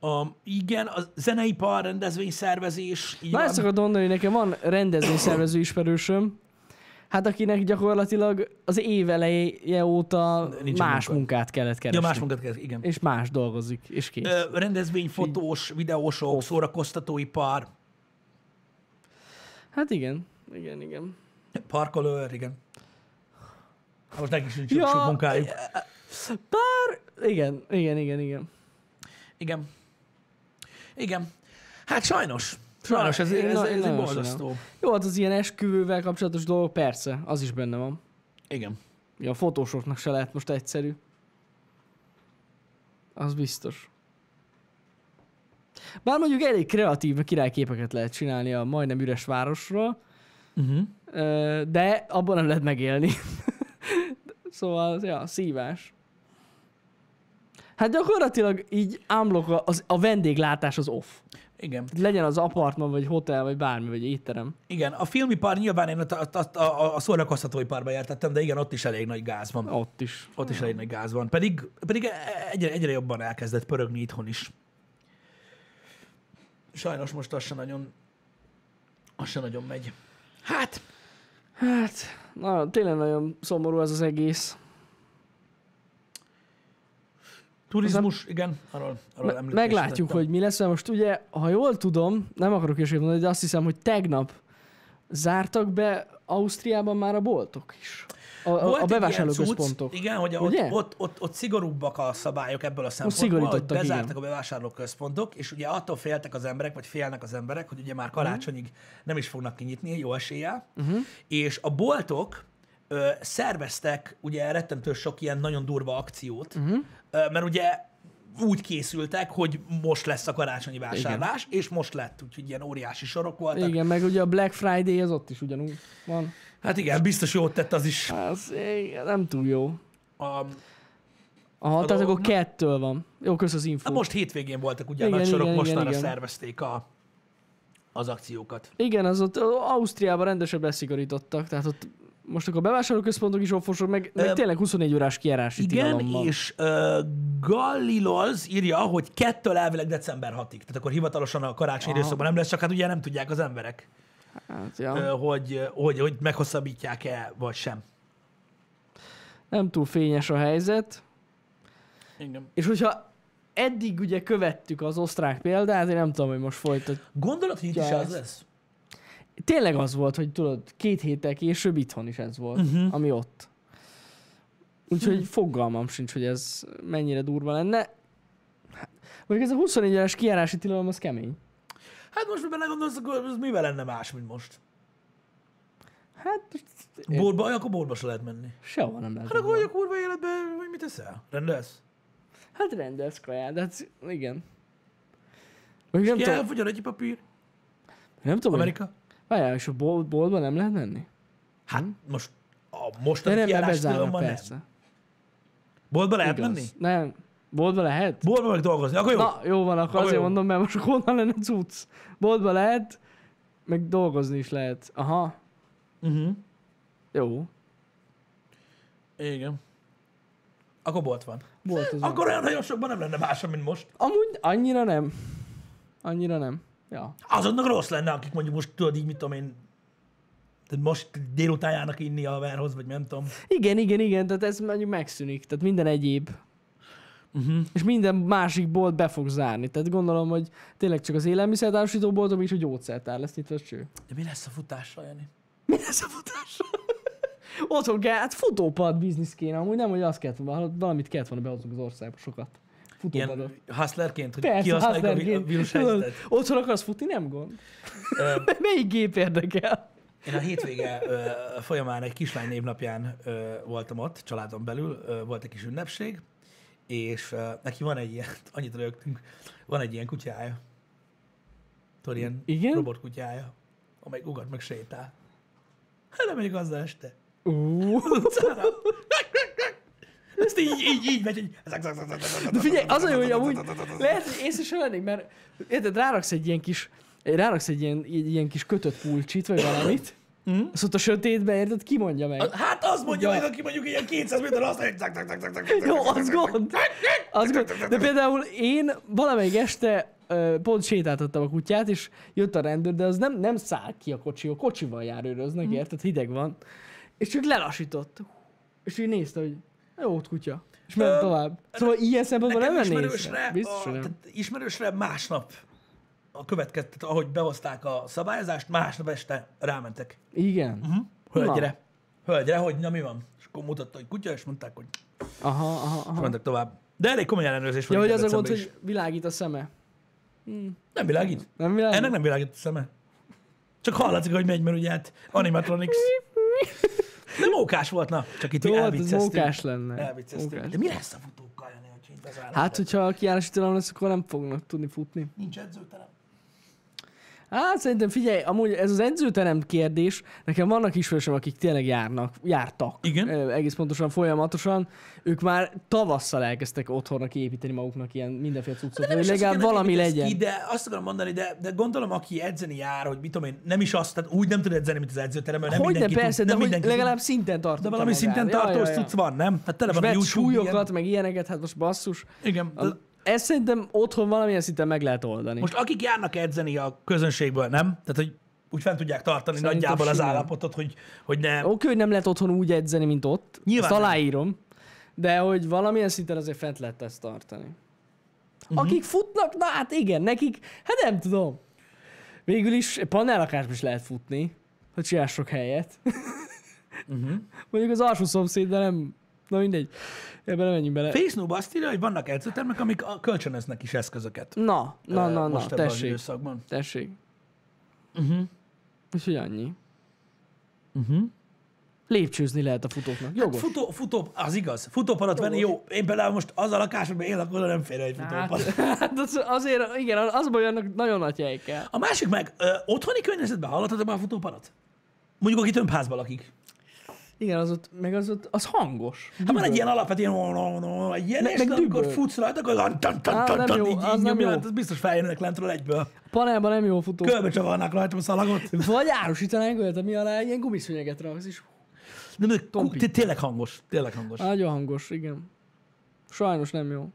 S2: A, igen, a zeneipar, rendezvényszervezés. így
S1: Na
S2: van.
S1: ezt akarod mondani, hogy nekem van rendezvényszervező ismerősöm, hát akinek gyakorlatilag az év eleje óta
S2: Nincs
S1: Nincs más munka.
S2: munka.
S1: munkát kellett
S2: Ja,
S1: keresni.
S2: más munkát kell, igen.
S1: És más dolgozik, és kész.
S2: Ö, rendezvény, fotós, videósok, szórakoztatóipar,
S1: Hát igen, igen, igen.
S2: parkolőr, igen. Hát most nekik sincs
S1: Ja.
S2: ja. e- sok munkájuk.
S1: Bár, igen, igen, igen, igen.
S2: Igen. Igen. Hát sajnos. Sajnos, ez,
S1: Na,
S2: ez, ez,
S1: na-
S2: ez egy
S1: nagyon
S2: borzasztó.
S1: sajnálom. Jó, hát az ilyen esküvővel kapcsolatos dolog, persze, az is benne van.
S2: Igen.
S1: Ja, a fotósoknak se lehet most egyszerű. Az biztos. Bár mondjuk elég kreatív királyképeket lehet csinálni a majdnem üres városról,
S2: Uh-huh.
S1: ö, de abban nem lehet megélni. szóval, ja, szívás. Hát gyakorlatilag így ámlok a, az, a vendéglátás az off.
S2: igen.
S1: Legyen az apartman, vagy hotel, vagy bármi, vagy étterem.
S2: Igen, a filmipar nyilván én a, a, a, a, a szórakoztatóiparba értettem, de igen, ott is elég nagy gáz van.
S1: Ott is.
S2: Ott is elég nagy gáz van. Pedig, pedig egyre, egyre jobban elkezdett pörögni itthon is. Sajnos most az se nagyon, az se nagyon megy. Hát,
S1: Hát, na, tényleg nagyon szomorú ez az egész.
S2: turizmus, igen, arról, arról
S1: Me-
S2: említést
S1: meglátjuk,
S2: tettem.
S1: hogy mi lesz, mert most ugye, ha jól tudom, nem akarok is mondani, de azt hiszem, hogy tegnap zártak be Ausztriában már a boltok is. A, a,
S2: Volt
S1: a
S2: egy ilyen
S1: bevásárlóközpontok.
S2: cucc, Igen, hogy ott,
S1: Ugye?
S2: ott, ott, ott szigorúbbak a szabályok ebből a szempontból, hogy
S1: szigorítottak,
S2: bezártak
S1: igen.
S2: a bevásárlóközpontok, és ugye attól féltek az emberek, vagy félnek az emberek, hogy ugye már
S1: Mhm.
S2: karácsonyig nem is fognak kinyitni, jó eséllyel, uh-huh. és a boltok ö, szerveztek ugye rettentő sok ilyen nagyon durva akciót,
S1: Mhm.
S2: uh-huh. ö, mert ugye úgy készültek, hogy most lesz a karácsonyi vásárlás, Igen. és most lett, úgyhogy ilyen óriási sorok voltak. Igen.
S1: Igen, meg ugye a Black Friday az ott is ugyanúgy van.
S2: Hát igen, biztos jót tett az is.
S1: Az igen, nem túl jó.
S2: A,
S1: Aha, tehát akkor
S2: dolognak.
S1: kettől van. Jó, kösz az infót.
S2: Na most hétvégén voltak ugye igen,
S1: Igen,
S2: nagy sorok,
S1: igen,
S2: igen,
S1: igen,
S2: mostanra igen,
S1: igen.
S2: szervezték a, az akciókat.
S1: Igen, az ott ö, Ausztriában rendesebb leszigorítottak, tehát ott most akkor a bevásárlóközpontok is offosok, meg, meg
S2: Ö,
S1: tényleg 24 órás kijárási
S2: Igen,
S1: tilalom van.
S2: és uh, Galliloz írja, hogy kettől elvileg december 6-ig. Tehát akkor hivatalosan a karácsony időszakban nem lesz, csak hát ugye nem tudják az emberek,
S1: Hát, ja,
S2: uh, hogy, hogy, hogy meghosszabbítják-e, vagy sem.
S1: nem túl fényes a helyzet.
S2: Igen.
S1: És hogyha eddig ugye követtük az osztrák példát, én nem tudom, hogy most folytat.
S2: Gondolod, hogy itt
S1: Ja,
S2: is
S1: ez-
S2: az lesz?
S1: Tényleg az volt, hogy tudod, két héttel később itthon is ez volt,
S2: Mhm.
S1: uh-huh. ami ott. Úgyhogy fogalmam sincs, hogy ez mennyire durva lenne. Hát, Mondjuk ez a 24 órás kijárási tilalom, az kemény.
S2: Hát most, hogy belegondolsz, akkor ez mivel lenne más, mint most?
S1: Hát, most-
S2: Borba, akkor borba se lehet menni.
S1: sehova nem lehet.
S2: Hát akkor
S1: menni.
S2: hogy a kurva életben, hogy mit teszel? Rendelsz?
S1: Hát rendelsz kaját, hát igen. Vagy nem,
S2: Ki
S1: tudom,
S2: elfogyad egy papír?
S1: nem tudom, hogy-
S2: Amerika?
S1: várjál, és a bol- boltba nem lehet menni?
S2: Hát most a
S1: Hmm? De
S2: mostani
S1: nem, mert
S2: kiállás
S1: bezárnak
S2: tilalomban nem.
S1: persze.
S2: Boltba lehet
S1: Igaz.
S2: menni?
S1: Nem. Boltba lehet?
S2: Boltba meg dolgozni. Akkor jó.
S1: Na, jó van, akkor
S2: Akkor
S1: azért
S2: jó.
S1: mondom, mert most honnan lenne cucc. Boltba lehet, meg dolgozni is lehet. Aha,
S2: Uh-huh.
S1: jó.
S2: Igen. Akkor bolt van.
S1: Boltozom.
S2: Akkor olyan nagyon sokban nem lenne más, mint most.
S1: Amúgy annyira nem. Annyira nem. Ja.
S2: Azonnak rossz lenne, akik mondjuk most tudod így, mit tudom én, tehát most délután járnak inni a haverhoz, vagy nem tudom.
S1: Igen, igen, igen, tehát ez mondjuk megszűnik. Tehát minden egyéb.
S2: Mhm.
S1: Uh-huh. És minden másik bolt be fog zárni. Tehát gondolom, hogy tényleg csak az élelmiszertárosító boltom és a gyógyszertár lesz nyitva, cső.
S2: De mi lesz a futással, Jani?
S1: Mi lesz a futás? Otthon kell, hát futópad biznisz kéne, amúgy nem, hogy azt kellett volna, hát valamit kellett volna behozunk az országba sokat. Futópadot.
S2: Ilyen hustlerként, hogy
S1: Persze,
S2: kihasználjuk a, vi- a
S1: Hustlerként.
S2: vírus
S1: Tudod,
S2: helyzetet.
S1: Otthon akarsz futni, nem gond.
S2: Ö,
S1: Melyik gép érdekel?
S2: Én a hétvége ö, folyamán egy kislány névnapján ö, voltam ott, családon belül, ö, volt egy kis ünnepség, és ö, neki van egy ilyen, annyit rögtünk, van egy ilyen kutyája. Tudod, ilyen
S1: Igen?
S2: robot kutyája, amely ugat meg sétál. Hát nem megyek azzal este.
S1: Ú,
S2: Utcára. Ezt így, így, így megy, így.
S1: De figyelj, az a jó, hogy amúgy lehet, hogy észre sem lennék, mert érted, ráraksz egy ilyen kis ráraksz egy ilyen, egy ilyen kis kötött pulcsit, vagy valamit,
S2: Hm?
S1: mm. azt ott a sötétben, érted, ki mondja meg.
S2: Hát azt mondja meg, aki mondjuk ilyen 200 méter azt egy
S1: Jó, az gond. Az gond. De például én valamelyik este ö, pont sétáltattam a kutyát, és jött a rendőr, de az nem, nem száll ki a kocsi, a kocsival jár őröznek,
S2: Mhm.
S1: érted? Hideg van. És csak lelassított. És így nézte, hogy jó, ott kutya. És ment
S2: Ö,
S1: tovább. Szóval ilyen szempontból nem
S2: Nekem
S1: venné
S2: ismerősre,
S1: észre. Biztos,
S2: a,
S1: hogy nem.
S2: tehát ismerősre másnap a következő, tehát ahogy behozták a szabályozást, másnap este rámentek. Mhm.
S1: Igen.
S2: Hölgyre. Hölgyre, hogy na mi van? És akkor mutatta, hogy kutya, és mondták, hogy és
S1: Aha, aha, aha.
S2: mentek tovább. De elég komoly ellenőrzés
S1: Ja,
S2: volt
S1: hogy
S2: itt
S1: az a gond,
S2: Debrecenben
S1: hogy világít a szeme.
S2: is. Nem világít.
S1: Nem világít?
S2: Ennek nem világít a szeme. Csak hallatszik, hogy megy, mert ugye hát animatronics. De mókás volt, na. Csak itt
S1: Jó,
S2: Jó,
S1: hát ez
S2: elvicceztünk.
S1: mókás lenne.
S2: Elvicceztünk.
S1: Mókás.
S2: De mi lesz a futókkal, Jani, hogyha itt az
S1: Hát, hogyha kiárási tilalom lesz, akkor nem fognak tudni futni.
S2: Nincs edzőterem.
S1: Hát szerintem figyelj, amúgy ez az edzőterem kérdés, nekem vannak ismerősöm, akik tényleg járnak, jártak.
S2: Igen.
S1: Ö, Egész pontosan, folyamatosan. Ők már tavasszal elkezdtek otthonra kiépíteni maguknak ilyen mindenféle cuccot,
S2: Nem
S1: hogy
S2: is azt
S1: legalább
S2: kell
S1: valami
S2: neked ezt
S1: legyen.
S2: Ki, de azt akarom mondani, de, de gondolom, aki edzeni jár, hogy mit tudom én, nem is azt, tehát úgy nem tud edzeni, mint az edzőteremben, nem
S1: Hogy ne
S2: mindenki
S1: persze,
S2: tud,
S1: de
S2: nem
S1: hogy
S2: mindenki tud.
S1: legalább szinten tartott.
S2: de valami szinten tartós tudsz van, nem? Hát tele
S1: És
S2: van a
S1: vett
S2: YouTube. ilyen-
S1: súlyokat, meg ilyeneket, hát most basszus.
S2: Igen. de-
S1: Ezt szerintem otthon valamilyen szinten meg lehet oldani.
S2: Most akik járnak edzeni a közönségből, nem? Tehát, hogy úgy fent tudják tartani
S1: Szerintem
S2: nagyjából az
S1: simán.
S2: állapotot, hogy, hogy ne...
S1: Oké, hogy nem lehet otthon úgy edzeni, mint ott.
S2: Nyilván
S1: Ezt
S2: nem.
S1: aláírom. De hogy valamilyen szinten azért fent lehet ezt tartani.
S2: Mhm.
S1: Uh-huh. Akik futnak, na hát igen, nekik, hát nem tudom. Végül is panellakásban is lehet futni, hogy csinál sok helyet.
S2: Uh-huh.
S1: Mondjuk az alsó szomszéd, de nem, na mindegy. Ebben nem menjünk bele.
S2: Facebook azt írja, hogy vannak edzőtermek, amik a kölcsönöznek is eszközöket.
S1: Na, na,
S2: Ö,
S1: na, na,
S2: most ebben az
S1: tessék,
S2: időszakban. Hát
S1: tessék.
S2: Uh-huh.
S1: Úgyhogy annyi.
S2: Uh-huh.
S1: Lépcsőzni lehet a
S2: Hát
S1: futóknak. Jogos.
S2: Futó, futó, az igaz. Futóparat venni jó. Én például most az a lakás, amiben én lakom, oda nem fér egy
S1: Hát,
S2: futóparat.
S1: hát az- azért, igen, az baj, annak nagyon nagy hely kell.
S2: A másik meg, ö, otthoni környezetben hallottatok már a futóparat? Mondjuk, aki több házban lakik.
S1: Igen, az ott, meg az ott, az hangos.
S2: Hát van egy ilyen alapvetően, no, no, no, egy ilyen,
S1: Meg-
S2: és
S1: meg
S2: amikor
S1: düböl.
S2: futsz rajta, akkor tan, tan, tan,
S1: Á,
S2: tan,
S1: nem
S2: tan,
S1: jó,
S2: így,
S1: az
S2: így
S1: nem jó.
S2: nyomja, hát az biztos feljönnek lentről egyből.
S1: Panelban nem jó futó.
S2: Körbe csavarnak rajtam a szalagot.
S1: Vagy árusítanánk olyat, ami alá ilyen gumiszőnyeget raksz, és
S2: De, de kú- té- tényleg hangos, tényleg hangos.
S1: nagyon hangos, igen. Sajnos nem jó.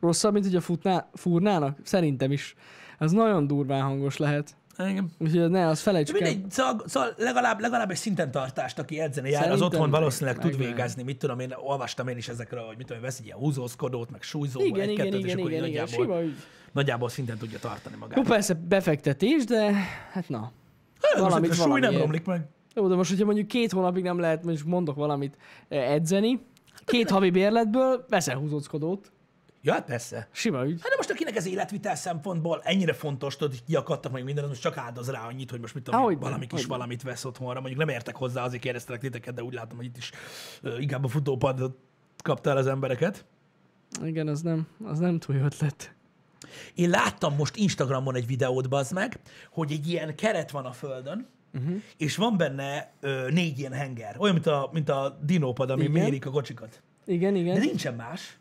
S1: Rosszabb, mint hogyha futná, fúrnának? Szerintem is. Ez nagyon durván hangos lehet.
S2: Igen.
S1: Úgyhogy ne, az felejtsük el.
S2: Mindegy, szóval, szóval legalább, legalább egy szinten tartást, aki edzeni jár, az
S1: Szerintem
S2: otthon
S1: meg-
S2: valószínűleg tud
S1: meg-
S2: végezni. Mit tudom én, olvastam én is ezekre, hogy mit tudom, vesz egy ilyen húzózkodót, meg súlyzóval,
S1: Igen,
S2: egy
S1: igen,
S2: kettőt, és
S1: igen,
S2: akkor így
S1: igen, igen,
S2: nagyjából,
S1: sima ügy.
S2: nagyjából szinten tudja tartani
S1: Jó,
S2: magát.
S1: persze befektetés, de hát na.
S2: Hát, most
S1: valamit
S2: a súly nem
S1: valamiért.
S2: romlik meg.
S1: Jó, de most, hogyha mondjuk két hónapig nem lehet, most mondok valamit, eh, edzeni, két havi bérletből veszel húzóckodót.
S2: Ja, hát persze.
S1: Sima ügy.
S2: Hát de most akinek ez életvitel szempontból ennyire fontos, tudod, hogy kiakadtak meg minden, az most csak áldoz rá annyit, hogy most mit tudom,
S1: Há,
S2: én,
S1: hogy nem,
S2: valami kis
S1: hogy nem.
S2: valamit vesz otthonra. Mondjuk nem értek hozzá, azért kérdeztelek titeket, de úgy látom, hogy itt is ö, inkább a futópadot kapta el az embereket.
S1: Igen, az nem, az nem túl jó ötlet.
S2: Én láttam most Instagramon egy videót, bazd meg, hogy egy ilyen keret van a földön,
S1: Mhm.
S2: uh-huh. és van benne ö, négy ilyen henger. Olyan, mint a, mint a dinópad, ami
S1: Igen.
S2: mérik a kocsikat.
S1: Igen, igen.
S2: De nincsen más.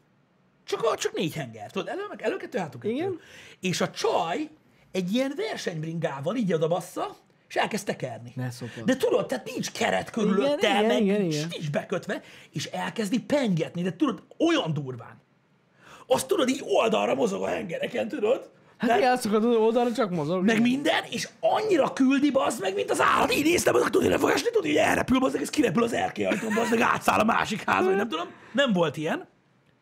S2: Csak, a- csak négy henger. Tudod, elő, meg elő kettő, hátul kettő.
S1: Igen.
S2: És a csaj egy ilyen versenybringával így oda bassza, és elkezd tekerni.
S1: Ne szopod.
S2: De tudod, tehát nincs keret körülötte,
S1: Igen, igen,
S2: meg
S1: igen,
S2: nincs,
S1: igen.
S2: nincs bekötve, és elkezdi pengetni, de tudod, olyan durván. Azt tudod, így oldalra mozog a hengereken, tudod?
S1: Hát ilyen szokat az oldalra csak mozog.
S2: meg minden, és annyira küldi bazd meg, mint az állat. Így néztem, azok tudni, nem fog esni, tudni, hogy elrepül, bazd meg, ez kirepül az erkély ajtón, bazd meg, átszáll a másik ház, vagy nem tudom. Nem volt ilyen,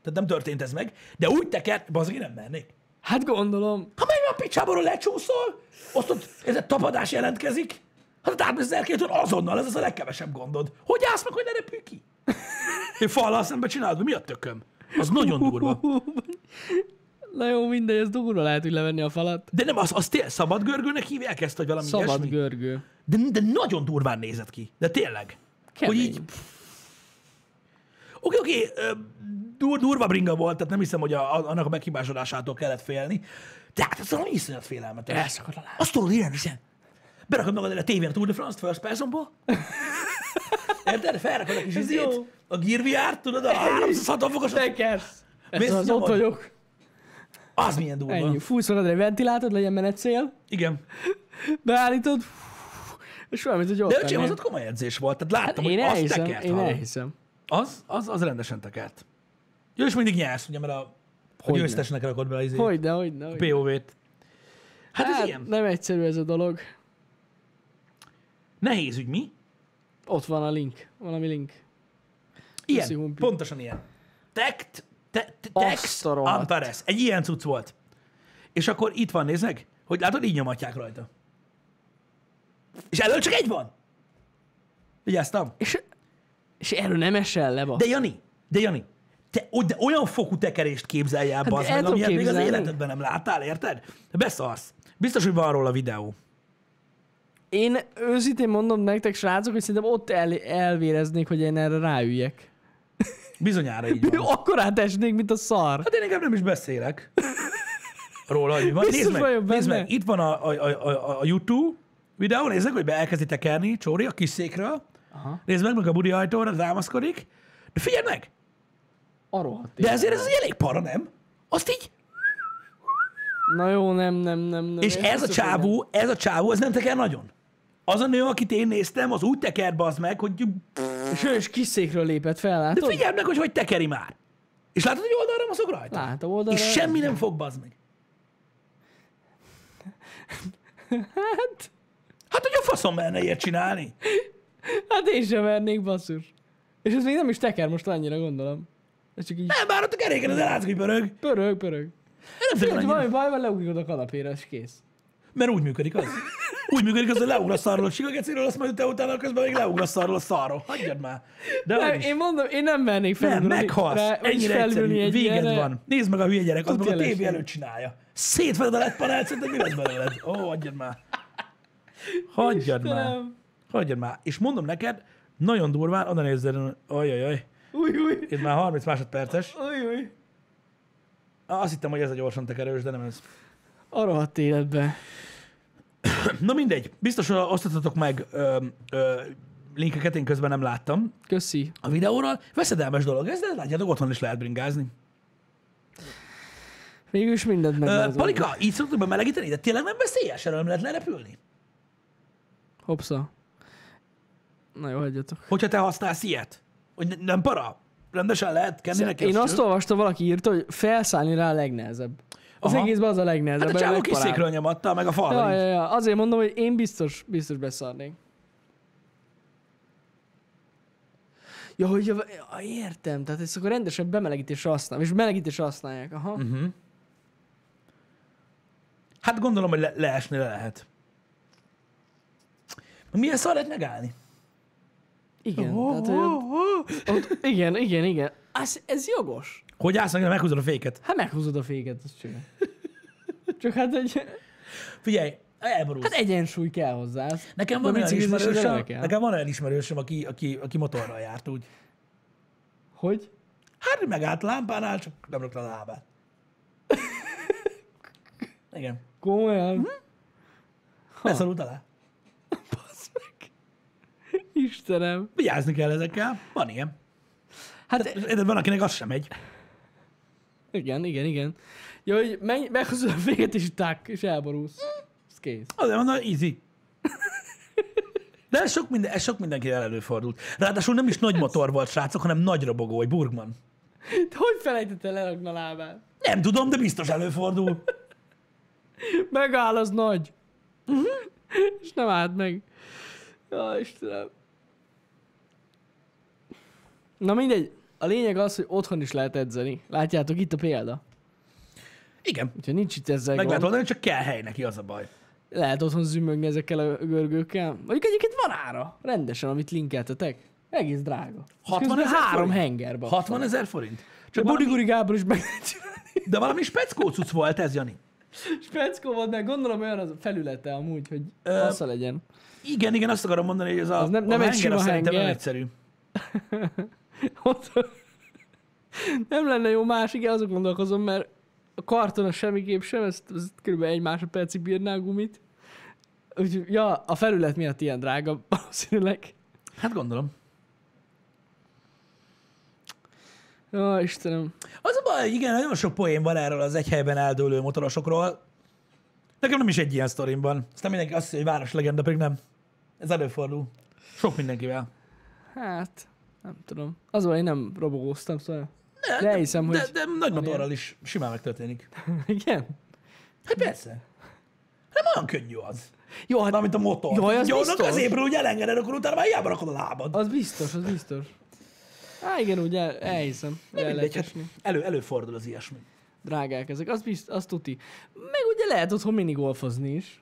S2: tehát nem történt ez meg, de úgy tekert, bazd meg, én nem mernék.
S1: Hát gondolom.
S2: Ha meg a picsáborról lecsúszol, ott, ott ez egy tapadás jelentkezik, hát ott átmész az erkélytől, azonnal ez az a legkevesebb gondod. Hogy állsz meg, hogy ne repülj ki? Én fallal szembe csinálod, mi a tököm? Az nagyon durva.
S1: Na jó, mindegy, ez durva lehet, hogy levenni a falat.
S2: De nem, az, az tél, szabad görgőnek hívják ezt, vagy valami
S1: Szabad
S2: ilyesmi?
S1: görgő.
S2: De, de nagyon durván nézett ki. De tényleg.
S1: Kemény.
S2: Hogy így... Oké, oké, ö, dur, durva bringa volt, tehát nem hiszem, hogy a, a- annak a meghibásodásától kellett félni. De hát ez valami iszonyat félelmetes.
S1: Elszakad a láb.
S2: Azt tudod, ilyen is. Berakod magad el a tévén a Tour de France first personból. Érted? Felrakod a kis
S1: Ez jó.
S2: izét, a gírviárt, tudod, a 360 fokos,
S1: Tekersz. Ez
S2: Mész,
S1: az,
S2: nyomod.
S1: ott vagyok.
S2: az milyen durva.
S1: Ennyi. Fújsz magadra egy ventilátort, legyen menetszél.
S2: Igen.
S1: Beállítod. És olyan, mint hogy ott
S2: De öcsém, az
S1: lennél.
S2: ott komoly edzés volt, tehát láttam,
S1: Hát Én
S2: hogy azt
S1: elhiszem,
S2: tekert.
S1: én
S2: hallod.
S1: elhiszem.
S2: Az, az, az rendesen tekert. Jó, és mindig nyersz, ugye, mert a hogy
S1: Hogyne.
S2: győztesnek rakod bele az izét,
S1: Hogyne, hogyne, hogyne.
S2: POV-t. Hát, ez
S1: Hát
S2: ilyen.
S1: nem egyszerű ez a dolog.
S2: Nehéz ügy, mi?
S1: Ott van a link. Valami link.
S2: Ilyen.
S1: Köszi, Humpi.
S2: Pontosan ilyen. Tekt, te, te, text
S1: Azt a rohadt.
S2: amperes. Egy ilyen cucc volt. És akkor itt van, nézd meg, hogy látod, így nyomatják rajta. És elől csak egy van. Vigyáztam.
S1: És, és erről nem esel le,
S2: De
S1: basz.
S2: Jani, de Jani, te o- de olyan fokú tekerést képzelj el, bazd
S1: Hát el
S2: meg,
S1: tudom
S2: amilyet még az
S1: képzelni.
S2: életedben nem láttál, érted? Beszarsz. Biztos, hogy van róla videó.
S1: Én őszintén mondom nektek, srácok, hogy szerintem ott el, elvéreznék, hogy én erre ráüljek.
S2: Bizonyára így van.
S1: Akkor átesnék, mint a szar.
S2: Hát én inkább nem is beszélek. róla, hogy mi van.
S1: Biztos
S2: Nézd meg,
S1: vagyok benne.
S2: nézd meg, itt van a, a, a, a, a YouTube videó, nézd meg, hogy be elkezdi tekerni Csóri a kis székről.
S1: Aha.
S2: Nézd meg, meg a budi ajtóra, rámaszkodik. De figyeld meg,
S1: Arról
S2: de ezért ez egy elég para, nem? Azt így,
S1: Na jó, nem, nem, nem. nem.
S2: és
S1: Én
S2: ez a
S1: biztos, hogy nem.
S2: csávó, ez a csávó, ez nem teker nagyon. Az a nő, akit én néztem, az úgy teker az meg, hogy
S1: És ő is kis székről lépett fel,
S2: de
S1: látod?
S2: figyeld meg, hogy hogy tekeri már. És látod, hogy oldalra mozog rajta?
S1: Látom oldalra.
S2: És semmi nem fog, bazd meg.
S1: Hát,
S2: Hát, hogy a faszom menne ilyet csinálni?
S1: hát én sem vernék, basszus. És ez még nem is teker most annyira, gondolom. Ez csak így
S2: Nem, bár ott a keréken az elátsz, hogy pörög. Nem
S1: pörög, pörög.
S2: tudom,
S1: Hogy
S2: annyira.
S1: valami baj van, leugrik oda a kanapéra, és kész.
S2: Mert úgy működik az. Úgy működik az, hogy leugrasz arról a csigageciről, azt majd te utána közben még leugrasz arról a szarról. Hagyjad már. De
S1: Nem,
S2: nem,
S1: én mondom, én nem mernék
S2: nem
S1: felülni.
S2: meghalsz. Ennyire egyszerű. Egy Véged
S1: ilyenre.
S2: van. Nézd meg a hülye gyerek, az meg a
S1: Tuti
S2: tévé
S1: elesni.
S2: előtt csinálja. Szétveded a lettpanácot, hogy mi lesz belőled. Ó, hagyjad már. Hagyjad már.
S1: Istenem.
S2: Hagyjad már. És mondom neked, nagyon durván, oda nézzen, ajajaj,
S1: Új, új,
S2: itt már 30 másodperces.
S1: új, új.
S2: Azt hittem, hogy ez a gyorsan tekerős, de nem ez.
S1: A rohadt életbe.
S2: Na mindegy, biztos ö, osztottatok meg ö, ö, linkeket, én közben nem láttam
S1: Köszi.
S2: a videóról. Veszedelmes dolog ez, de látjátok, otthon is lehet bringázni.
S1: Végülis mindent meg.
S2: Ö, Palika, így szoktuk bemelegíteni, de tényleg nem veszélyes, erről nem lehet lerepülni.
S1: Hopsza. Na jó, hagyjatok.
S2: Hogyha te használsz ilyet, hogy ne, nem para, rendesen lehet kenni neki.
S1: Szóval Én azt
S2: a
S1: olvastam, valaki írta, hogy felszállni rá a legnehezebb. Az
S2: Aha.
S1: egészben az a legnehezebb.
S2: hát a
S1: a
S2: csávó kis
S1: legparább.
S2: székről nyomatta, meg a falra.
S1: Ja,
S2: Ja,
S1: ja, ja. Azért mondom, hogy én biztos, biztos beszarnék. Ja, hogy ja, ja, értem, tehát ezt akkor rendesen bemelegítésre használják, és melegítésre használják, aha. Mm.
S2: Hát gondolom, hogy le, leesni le lehet. Milyen szar lehet megállni?
S1: Igen, tehát, hogy ott, ott, igen, igen, igen. Ez, ez jogos.
S2: Hogy állsz, meg, meghúzod a féket?
S1: Hát meghúzod a féket, az csinál. Csak hát egy,
S2: Figyelj, elborulsz.
S1: hát egyensúly kell hozzá. Ez-
S2: Nekem
S1: de
S2: van olyan
S1: biciklizésre
S2: ismerősöm,
S1: eleve kell.
S2: nekem van olyan ismerősöm, aki, aki, aki motorral járt úgy.
S1: Hogy?
S2: Hát megállt lámpánál, csak nem rakta a lábát. Igen.
S1: Komolyan?
S2: Beszorult alá.
S1: Basz meg. Istenem.
S2: Vigyázni kell ezekkel. Van ilyen.
S1: Hát
S2: De van, akinek az sem megy.
S1: Igen, igen, igen. Ja, hogy menj, meghozod a féket, és tak, és elborulsz. Ez kész.
S2: Azért mondom, hogy easy. De ez sok, minden, ez sok mindenkivel előfordult. Ráadásul nem is nagy motor volt, srácok, hanem nagy robogó, egy Burgman.
S1: De hogy felejtett el lerakni a lábát?
S2: Nem tudom, de biztos előfordul.
S1: Megáll az nagy. és nem állt meg. Ja, Istenem. Na mindegy, a lényeg az, hogy otthon is lehet edzeni. Látjátok, itt a példa.
S2: Igen,
S1: Úgyhogy nincs itt ezzel
S2: meg lehet
S1: gond.
S2: oldani, csak kell hely neki, az a baj.
S1: Lehet otthon zümmögni ezekkel a görgőkkel. Mondjuk egyébként van ára. Rendesen, amit linkeltetek. Egész drága. És
S2: 60
S1: közben
S2: ezer
S1: Három
S2: forint?
S1: hengerbe.
S2: 60 ezer forint. Csak valami,
S1: Bodiguri Gábor is meg lehet csinálni.
S2: de valami speckó cucc volt ez, Jani.
S1: Speckó volt, de gondolom olyan az a felülete amúgy, hogy assza legyen.
S2: Igen, igen, azt akarom mondani, hogy ez a,
S1: Az nem- nem
S2: a
S1: egy
S2: henger,
S1: sima
S2: az szerintem nem
S1: henger.
S2: egyszerű.
S1: Ott nem lenne jó más, igen, azon gondolkozom, mert a karton a semmiképp sem, ezt, ezt kb. egy másodpercig bírná a gumit. Úgyhogy, ja, a felület miatt ilyen drága, valószínűleg.
S2: Hát gondolom.
S1: Ó, Istenem.
S2: Az a baj, igen, nagyon sok poén van erről az egy helyben eldőlő motorosokról. Nekem nem is egy ilyen sztorim van. Aztán mindenki azt hiszi, hogy város legenda, pedig nem. Ez előfordul. Sok mindenkivel.
S1: Hát, nem tudom. Azon én nem robogóztam, szóval.
S2: Ne,
S1: De hiszem,
S2: de,
S1: hogy
S2: de nagy motorral
S1: ilyen.
S2: is simán megtörténik.
S1: igen.
S2: Hát persze. Hát Nem olyan könnyű az.
S1: Jó, hát
S2: Mármint a motor.
S1: Jaj, az
S2: Jó,
S1: biztos.
S2: középről úgy elengeded, akkor utána már hiába rakod a lábad.
S1: az biztos, az biztos. Á, igen, ugye, el, elhiszem. El lehet
S2: Mindegy, hát
S1: esni.
S2: elő, előfordul az ilyesmi.
S1: drágák ezek, az, bizt, az tuti. Meg ugye lehet otthon minigolfozni is.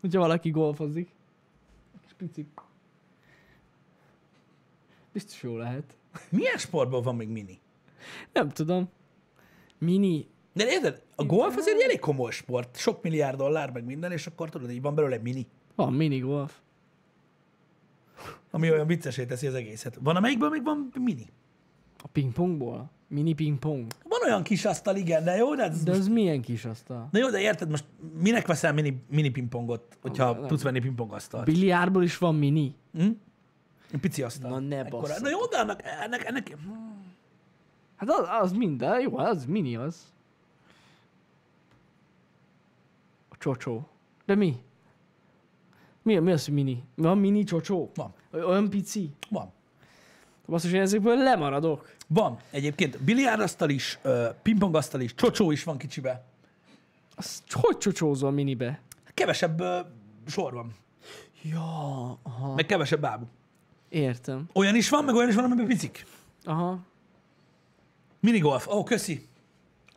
S1: Hogyha valaki golfozik. Kis pici. Biztos jó lehet.
S2: Milyen sportban van még mini?
S1: Nem tudom. Mini.
S2: De érted, a golf azért egy elég komoly sport. Sok milliárd dollár, meg minden, és akkor tudod, így van belőle egy mini,
S1: Van minigolf.
S2: ami olyan viccesé teszi az egészet. Van, amelyikből még van mini.
S1: A pingpongból? Mini pingpong.
S2: Van olyan kis asztal, igen, de jó, de, ez
S1: De ez milyen kis asztal?
S2: Na jó, de érted, most minek veszel mini, mini pingpongot, hogyha
S1: Nem.
S2: tudsz venni pingpongasztalt?
S1: Biliárdból is van mini.
S2: Pici asztal.
S1: Na ne
S2: Ekkora.
S1: basszod.
S2: Na jó, de annak, ennek, ennek,
S1: Hát az, az minden, jó, az mini az. A csocsó. De mi? Mi, mi az, hogy mini? Van mini csocsó?
S2: van,
S1: Olyan pici?
S2: van.
S1: Basszus, én ezekből lemaradok.
S2: Van egyébként biliárdasztal is, ö, pingpongasztal is, csocsó is van kicsibe.
S1: Az hogy csocsózol minibe?
S2: Kevesebb ö, sor van,
S1: Ja, aha.
S2: meg kevesebb bábú.
S1: Értem.
S2: Olyan is van, meg olyan is van, amiben picik.
S1: Aha.
S2: Minigolf, ó, oh, köszi.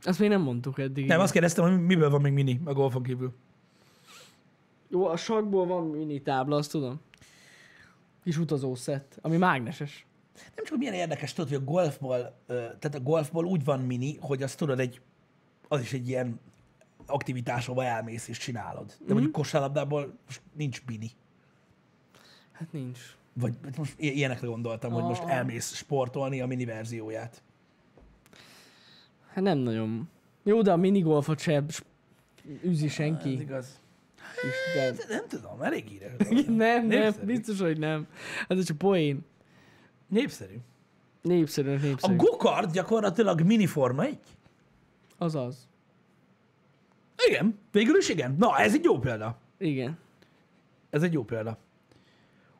S1: Azt még nem mondtuk eddig.
S2: Nem, azt kérdeztem, hogy miből van még mini a golfon kívül.
S1: Jó, a sakból van mini tábla, azt tudom. Kis utazószett, ami mágneses.
S2: Nem csak milyen érdekes, tudod, hogy a golfból, ö, tehát a golfból úgy van mini, hogy azt tudod, egy, az is egy ilyen aktivitás, ahol elmész és csinálod. De mm-hmm. mondjuk kosárlabdából most nincs mini.
S1: Hát nincs.
S2: Vagy hát most i- ilyenekre gondoltam, hogy most
S1: Ah.
S2: elmész sportolni a mini verzióját.
S1: Hát nem nagyon. Jó, de a minigolfot se s- űzi
S2: Ez
S1: senki.
S2: igaz.
S1: Isten.
S2: De nem tudom, elég híres.
S1: Nem, nem,
S2: Népszerű.
S1: biztos, hogy nem. Hát ez csak poén.
S2: Népszerű.
S1: Népszerű,
S2: A
S1: népszerű.
S2: gokart gyakorlatilag miniforma egy.
S1: Azaz.
S2: Igen, végül is igen. Na, ez egy jó példa.
S1: Igen.
S2: Ez egy jó példa.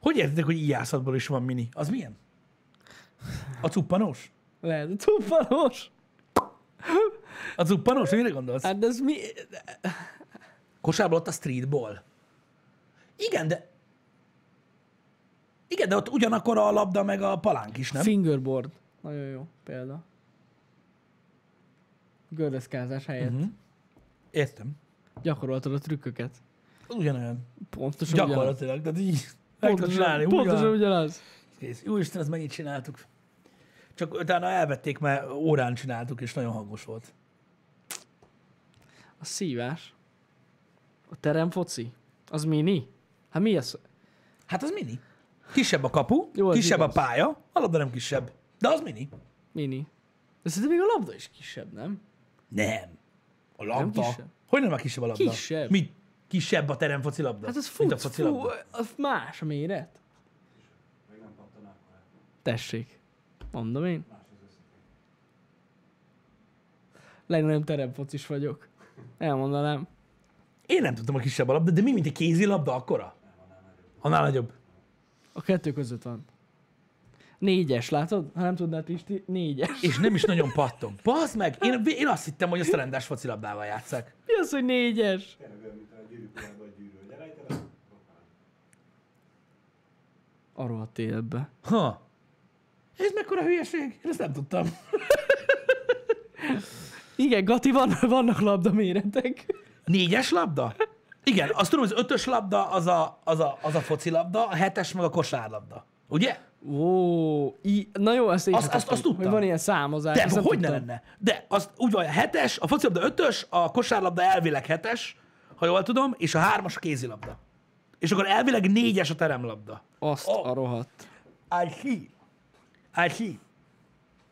S2: Hogy értitek, hogy ijászatból is van mini? Az milyen? A cuppanós?
S1: Lehet, tuppanos.
S2: A cuppanós? Mire gondolsz?
S1: Hát de ez mi...
S2: Kosárból ott a streetball. Igen, de... Igen, de ott ugyanakkor a labda meg a palánk is, nem?
S1: Fingerboard. Nagyon jó példa. Gördeszkázás helyett.
S2: Mhm. Értem.
S1: Gyakoroltad a trükköket.
S2: Ugyanolyan.
S1: Pontosan ugyanaz.
S2: Gyakorlatilag. Tehát így meg tudod csinálni.
S1: Pontosan, pontosan
S2: ugyanaz.
S1: ugyanaz.
S2: Kész. Úristen, ezt megint csináltuk. Csak utána elvették, mert órán csináltuk, és nagyon hangos volt.
S1: A szívás. A terem foci. Az mini. Hát mi ez?
S2: Hát az mini. Kisebb a kapu,
S1: Jó,
S2: Jó,
S1: az
S2: kisebb
S1: igaz.
S2: a pálya, a labda nem kisebb. De az mini.
S1: Mini. De szerintem még a labda is kisebb, nem?
S2: Nem. A labda.
S1: kisebb.
S2: Hogy nem a kisebb a labda?
S1: Kisebb.
S2: Mi? Kisebb a teremfoci labda.
S1: Hát az
S2: mint a
S1: fut,
S2: foci
S1: fú,
S2: labda.
S1: az más a méret. Tessék. Mondom én. Legnagyobb teremfocis vagyok. Elmondanám.
S2: Én nem tudtam, a kisebb a labda, de mi, mint egy kézi labda akkora? Annál nagyobb.
S1: A kettő között van. Négyes, látod? Ha nem tudnád Pisti, négyes.
S2: És nem is nagyon pattom. Bazd meg! Én, én azt hittem, hogy azt a rendes foci labdával játszák.
S1: Mi az, hogy négyes?
S3: Tényleg olyan, mint a gyűrűkulában a gyűrű, hogy elejted, akkor rohan.
S1: Arról a télbe.
S2: Ha. Ez mekkora hülyeség? Én ezt nem tudtam.
S1: Igen, Gati, van, vannak labda méretek.
S2: Négyes labda? Igen, azt tudom, az ötös labda az a, az a, az a foci labda, a hetes meg a kosárlabda. Ugye?
S1: Hát Ó, i- na jó, ezt én
S2: Azt-
S1: sem
S2: azt- azt tudtam.
S1: Hogy van ilyen számozás.
S2: De
S1: ezt nem
S2: hogy ne
S1: tudtam.
S2: lenne? De az úgy van, a hetes, a focilabda ötös, a kosárlabda elvileg hetes, ha jól tudom, és a hármas a kézilabda. És akkor elvileg négyes a teremlabda.
S1: Azt
S2: Ó.
S1: a rohadt.
S2: I see. I see.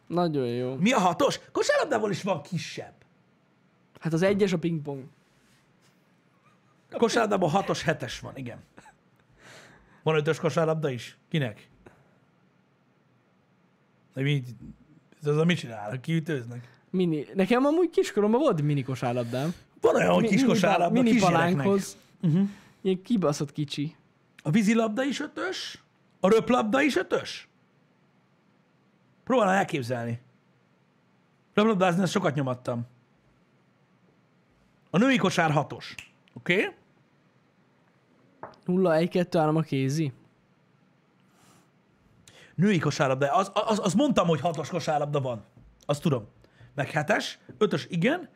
S1: Nagyon jó.
S2: Mi a hatos? Kosárlabdából is van kisebb.
S1: Hát az egyes a pingpong.
S2: Kosárlabdában hatos, hetes van, igen. Van ötös kosárlabda is? Kinek? De mi, ez az, amit csinálnak, kiütőznek.
S1: Mini. Nekem amúgy kiskoromban volt mini kosárlabdám.
S2: Van olyan, hogy
S1: Mi-
S2: kis Mhm.
S1: mini pal-
S2: kosárlabda
S1: Mini
S2: kisgyereknek.
S1: palánkhoz. Ilyen kibaszott kicsi.
S2: A vízilabda is ötös, a röplabda is ötös. Próbálom elképzelni. Röplabdázni ezt sokat nyomattam. A női kosár hatos. Oké? Okay?
S1: 0 1 2 3 a kézi.
S2: Női kosárlabda. Az, az, az mondtam, hogy hatos kosárlabda van. Azt tudom. Meg hetes, ötös igen,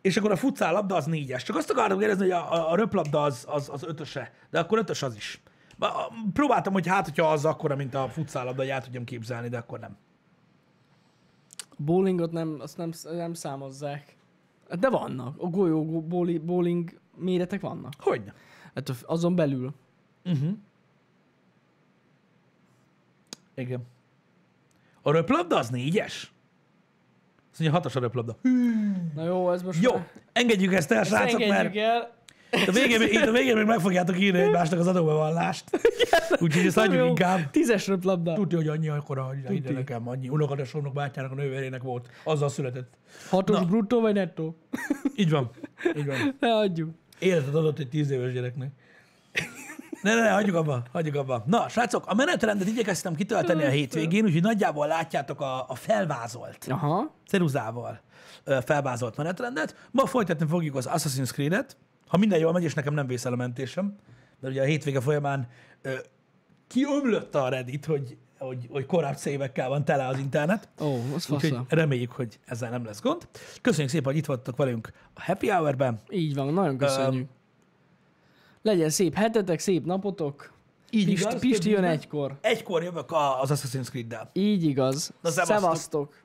S2: és akkor a futszál labda az négyes. Csak azt akartam kérdezni, hogy a, a, a röplabda az, az, az ötöse, de akkor ötös az is. Ba- a- Próbáltam, hogy hát, hogyha az akkora, mint a futszál labda, hogy el tudjam képzelni, de akkor nem.
S1: A bowlingot nem, azt nem, nem számozzák. Hát De vannak. A golyó bowli- bowling méretek vannak.
S2: Hogyne.
S1: Hát a- azon belül.
S2: Igen. A röplabda az négyes? Azt mondja, hatos a röplabda.
S1: Na jó, ez most
S2: Jó,
S1: már-
S2: engedjük ezt el,
S1: Ezt
S2: srácok,
S1: engedjük
S2: mert
S1: el.
S2: itt a végén, itt a végén még meg fogjátok írni egymásnak az adóbevallást. Úgyhogy ezt hagyjuk
S1: Jó,
S2: inkább.
S1: Tízes röplabda.
S2: Tudja, hogy annyi akkor, hogy ide- ide
S1: Tuti.
S2: nekem annyi. Unokadesomnak, bátyának, a nővérének volt. Azzal született.
S1: Hatos
S2: Na.
S1: bruttó vagy nettó?
S2: Így van. Így van.
S1: Ne adjuk.
S2: Életet adott egy tíz éves gyereknek. Ne, ne, ne, hagyjuk abba, hagyjuk abba. Na, srácok, a menetrendet igyekeztem kitölteni a hétvégén, úgyhogy nagyjából látjátok a, a felvázolt,
S1: Aha.
S2: ceruzával ö, felvázolt menetrendet. Ma folytatni fogjuk az Assassin's Creed-et, ha minden jól megy, és nekem nem vészel a mentésem, mert ugye a hétvége folyamán ö, kiömlött a Reddit, hogy, hogy, hogy korábbi szévekkel van tele az internet.
S1: Ó, az
S2: Úgyhogy
S1: fasza.
S2: reméljük, hogy ezzel nem lesz gond. Köszönjük szépen, hogy itt voltatok velünk a Happy Hour-ben.
S1: Így van, nagyon köszönjük. Legyen szép hetetek, szép napotok.
S2: Így
S1: Pisti,
S2: igaz,
S1: Pisti jön
S2: többi-
S1: egykor.
S2: Egykor jövök a- az Assassin's Creed-del.
S1: Így igaz.
S2: Na, szevasztok.
S1: Szevasztok.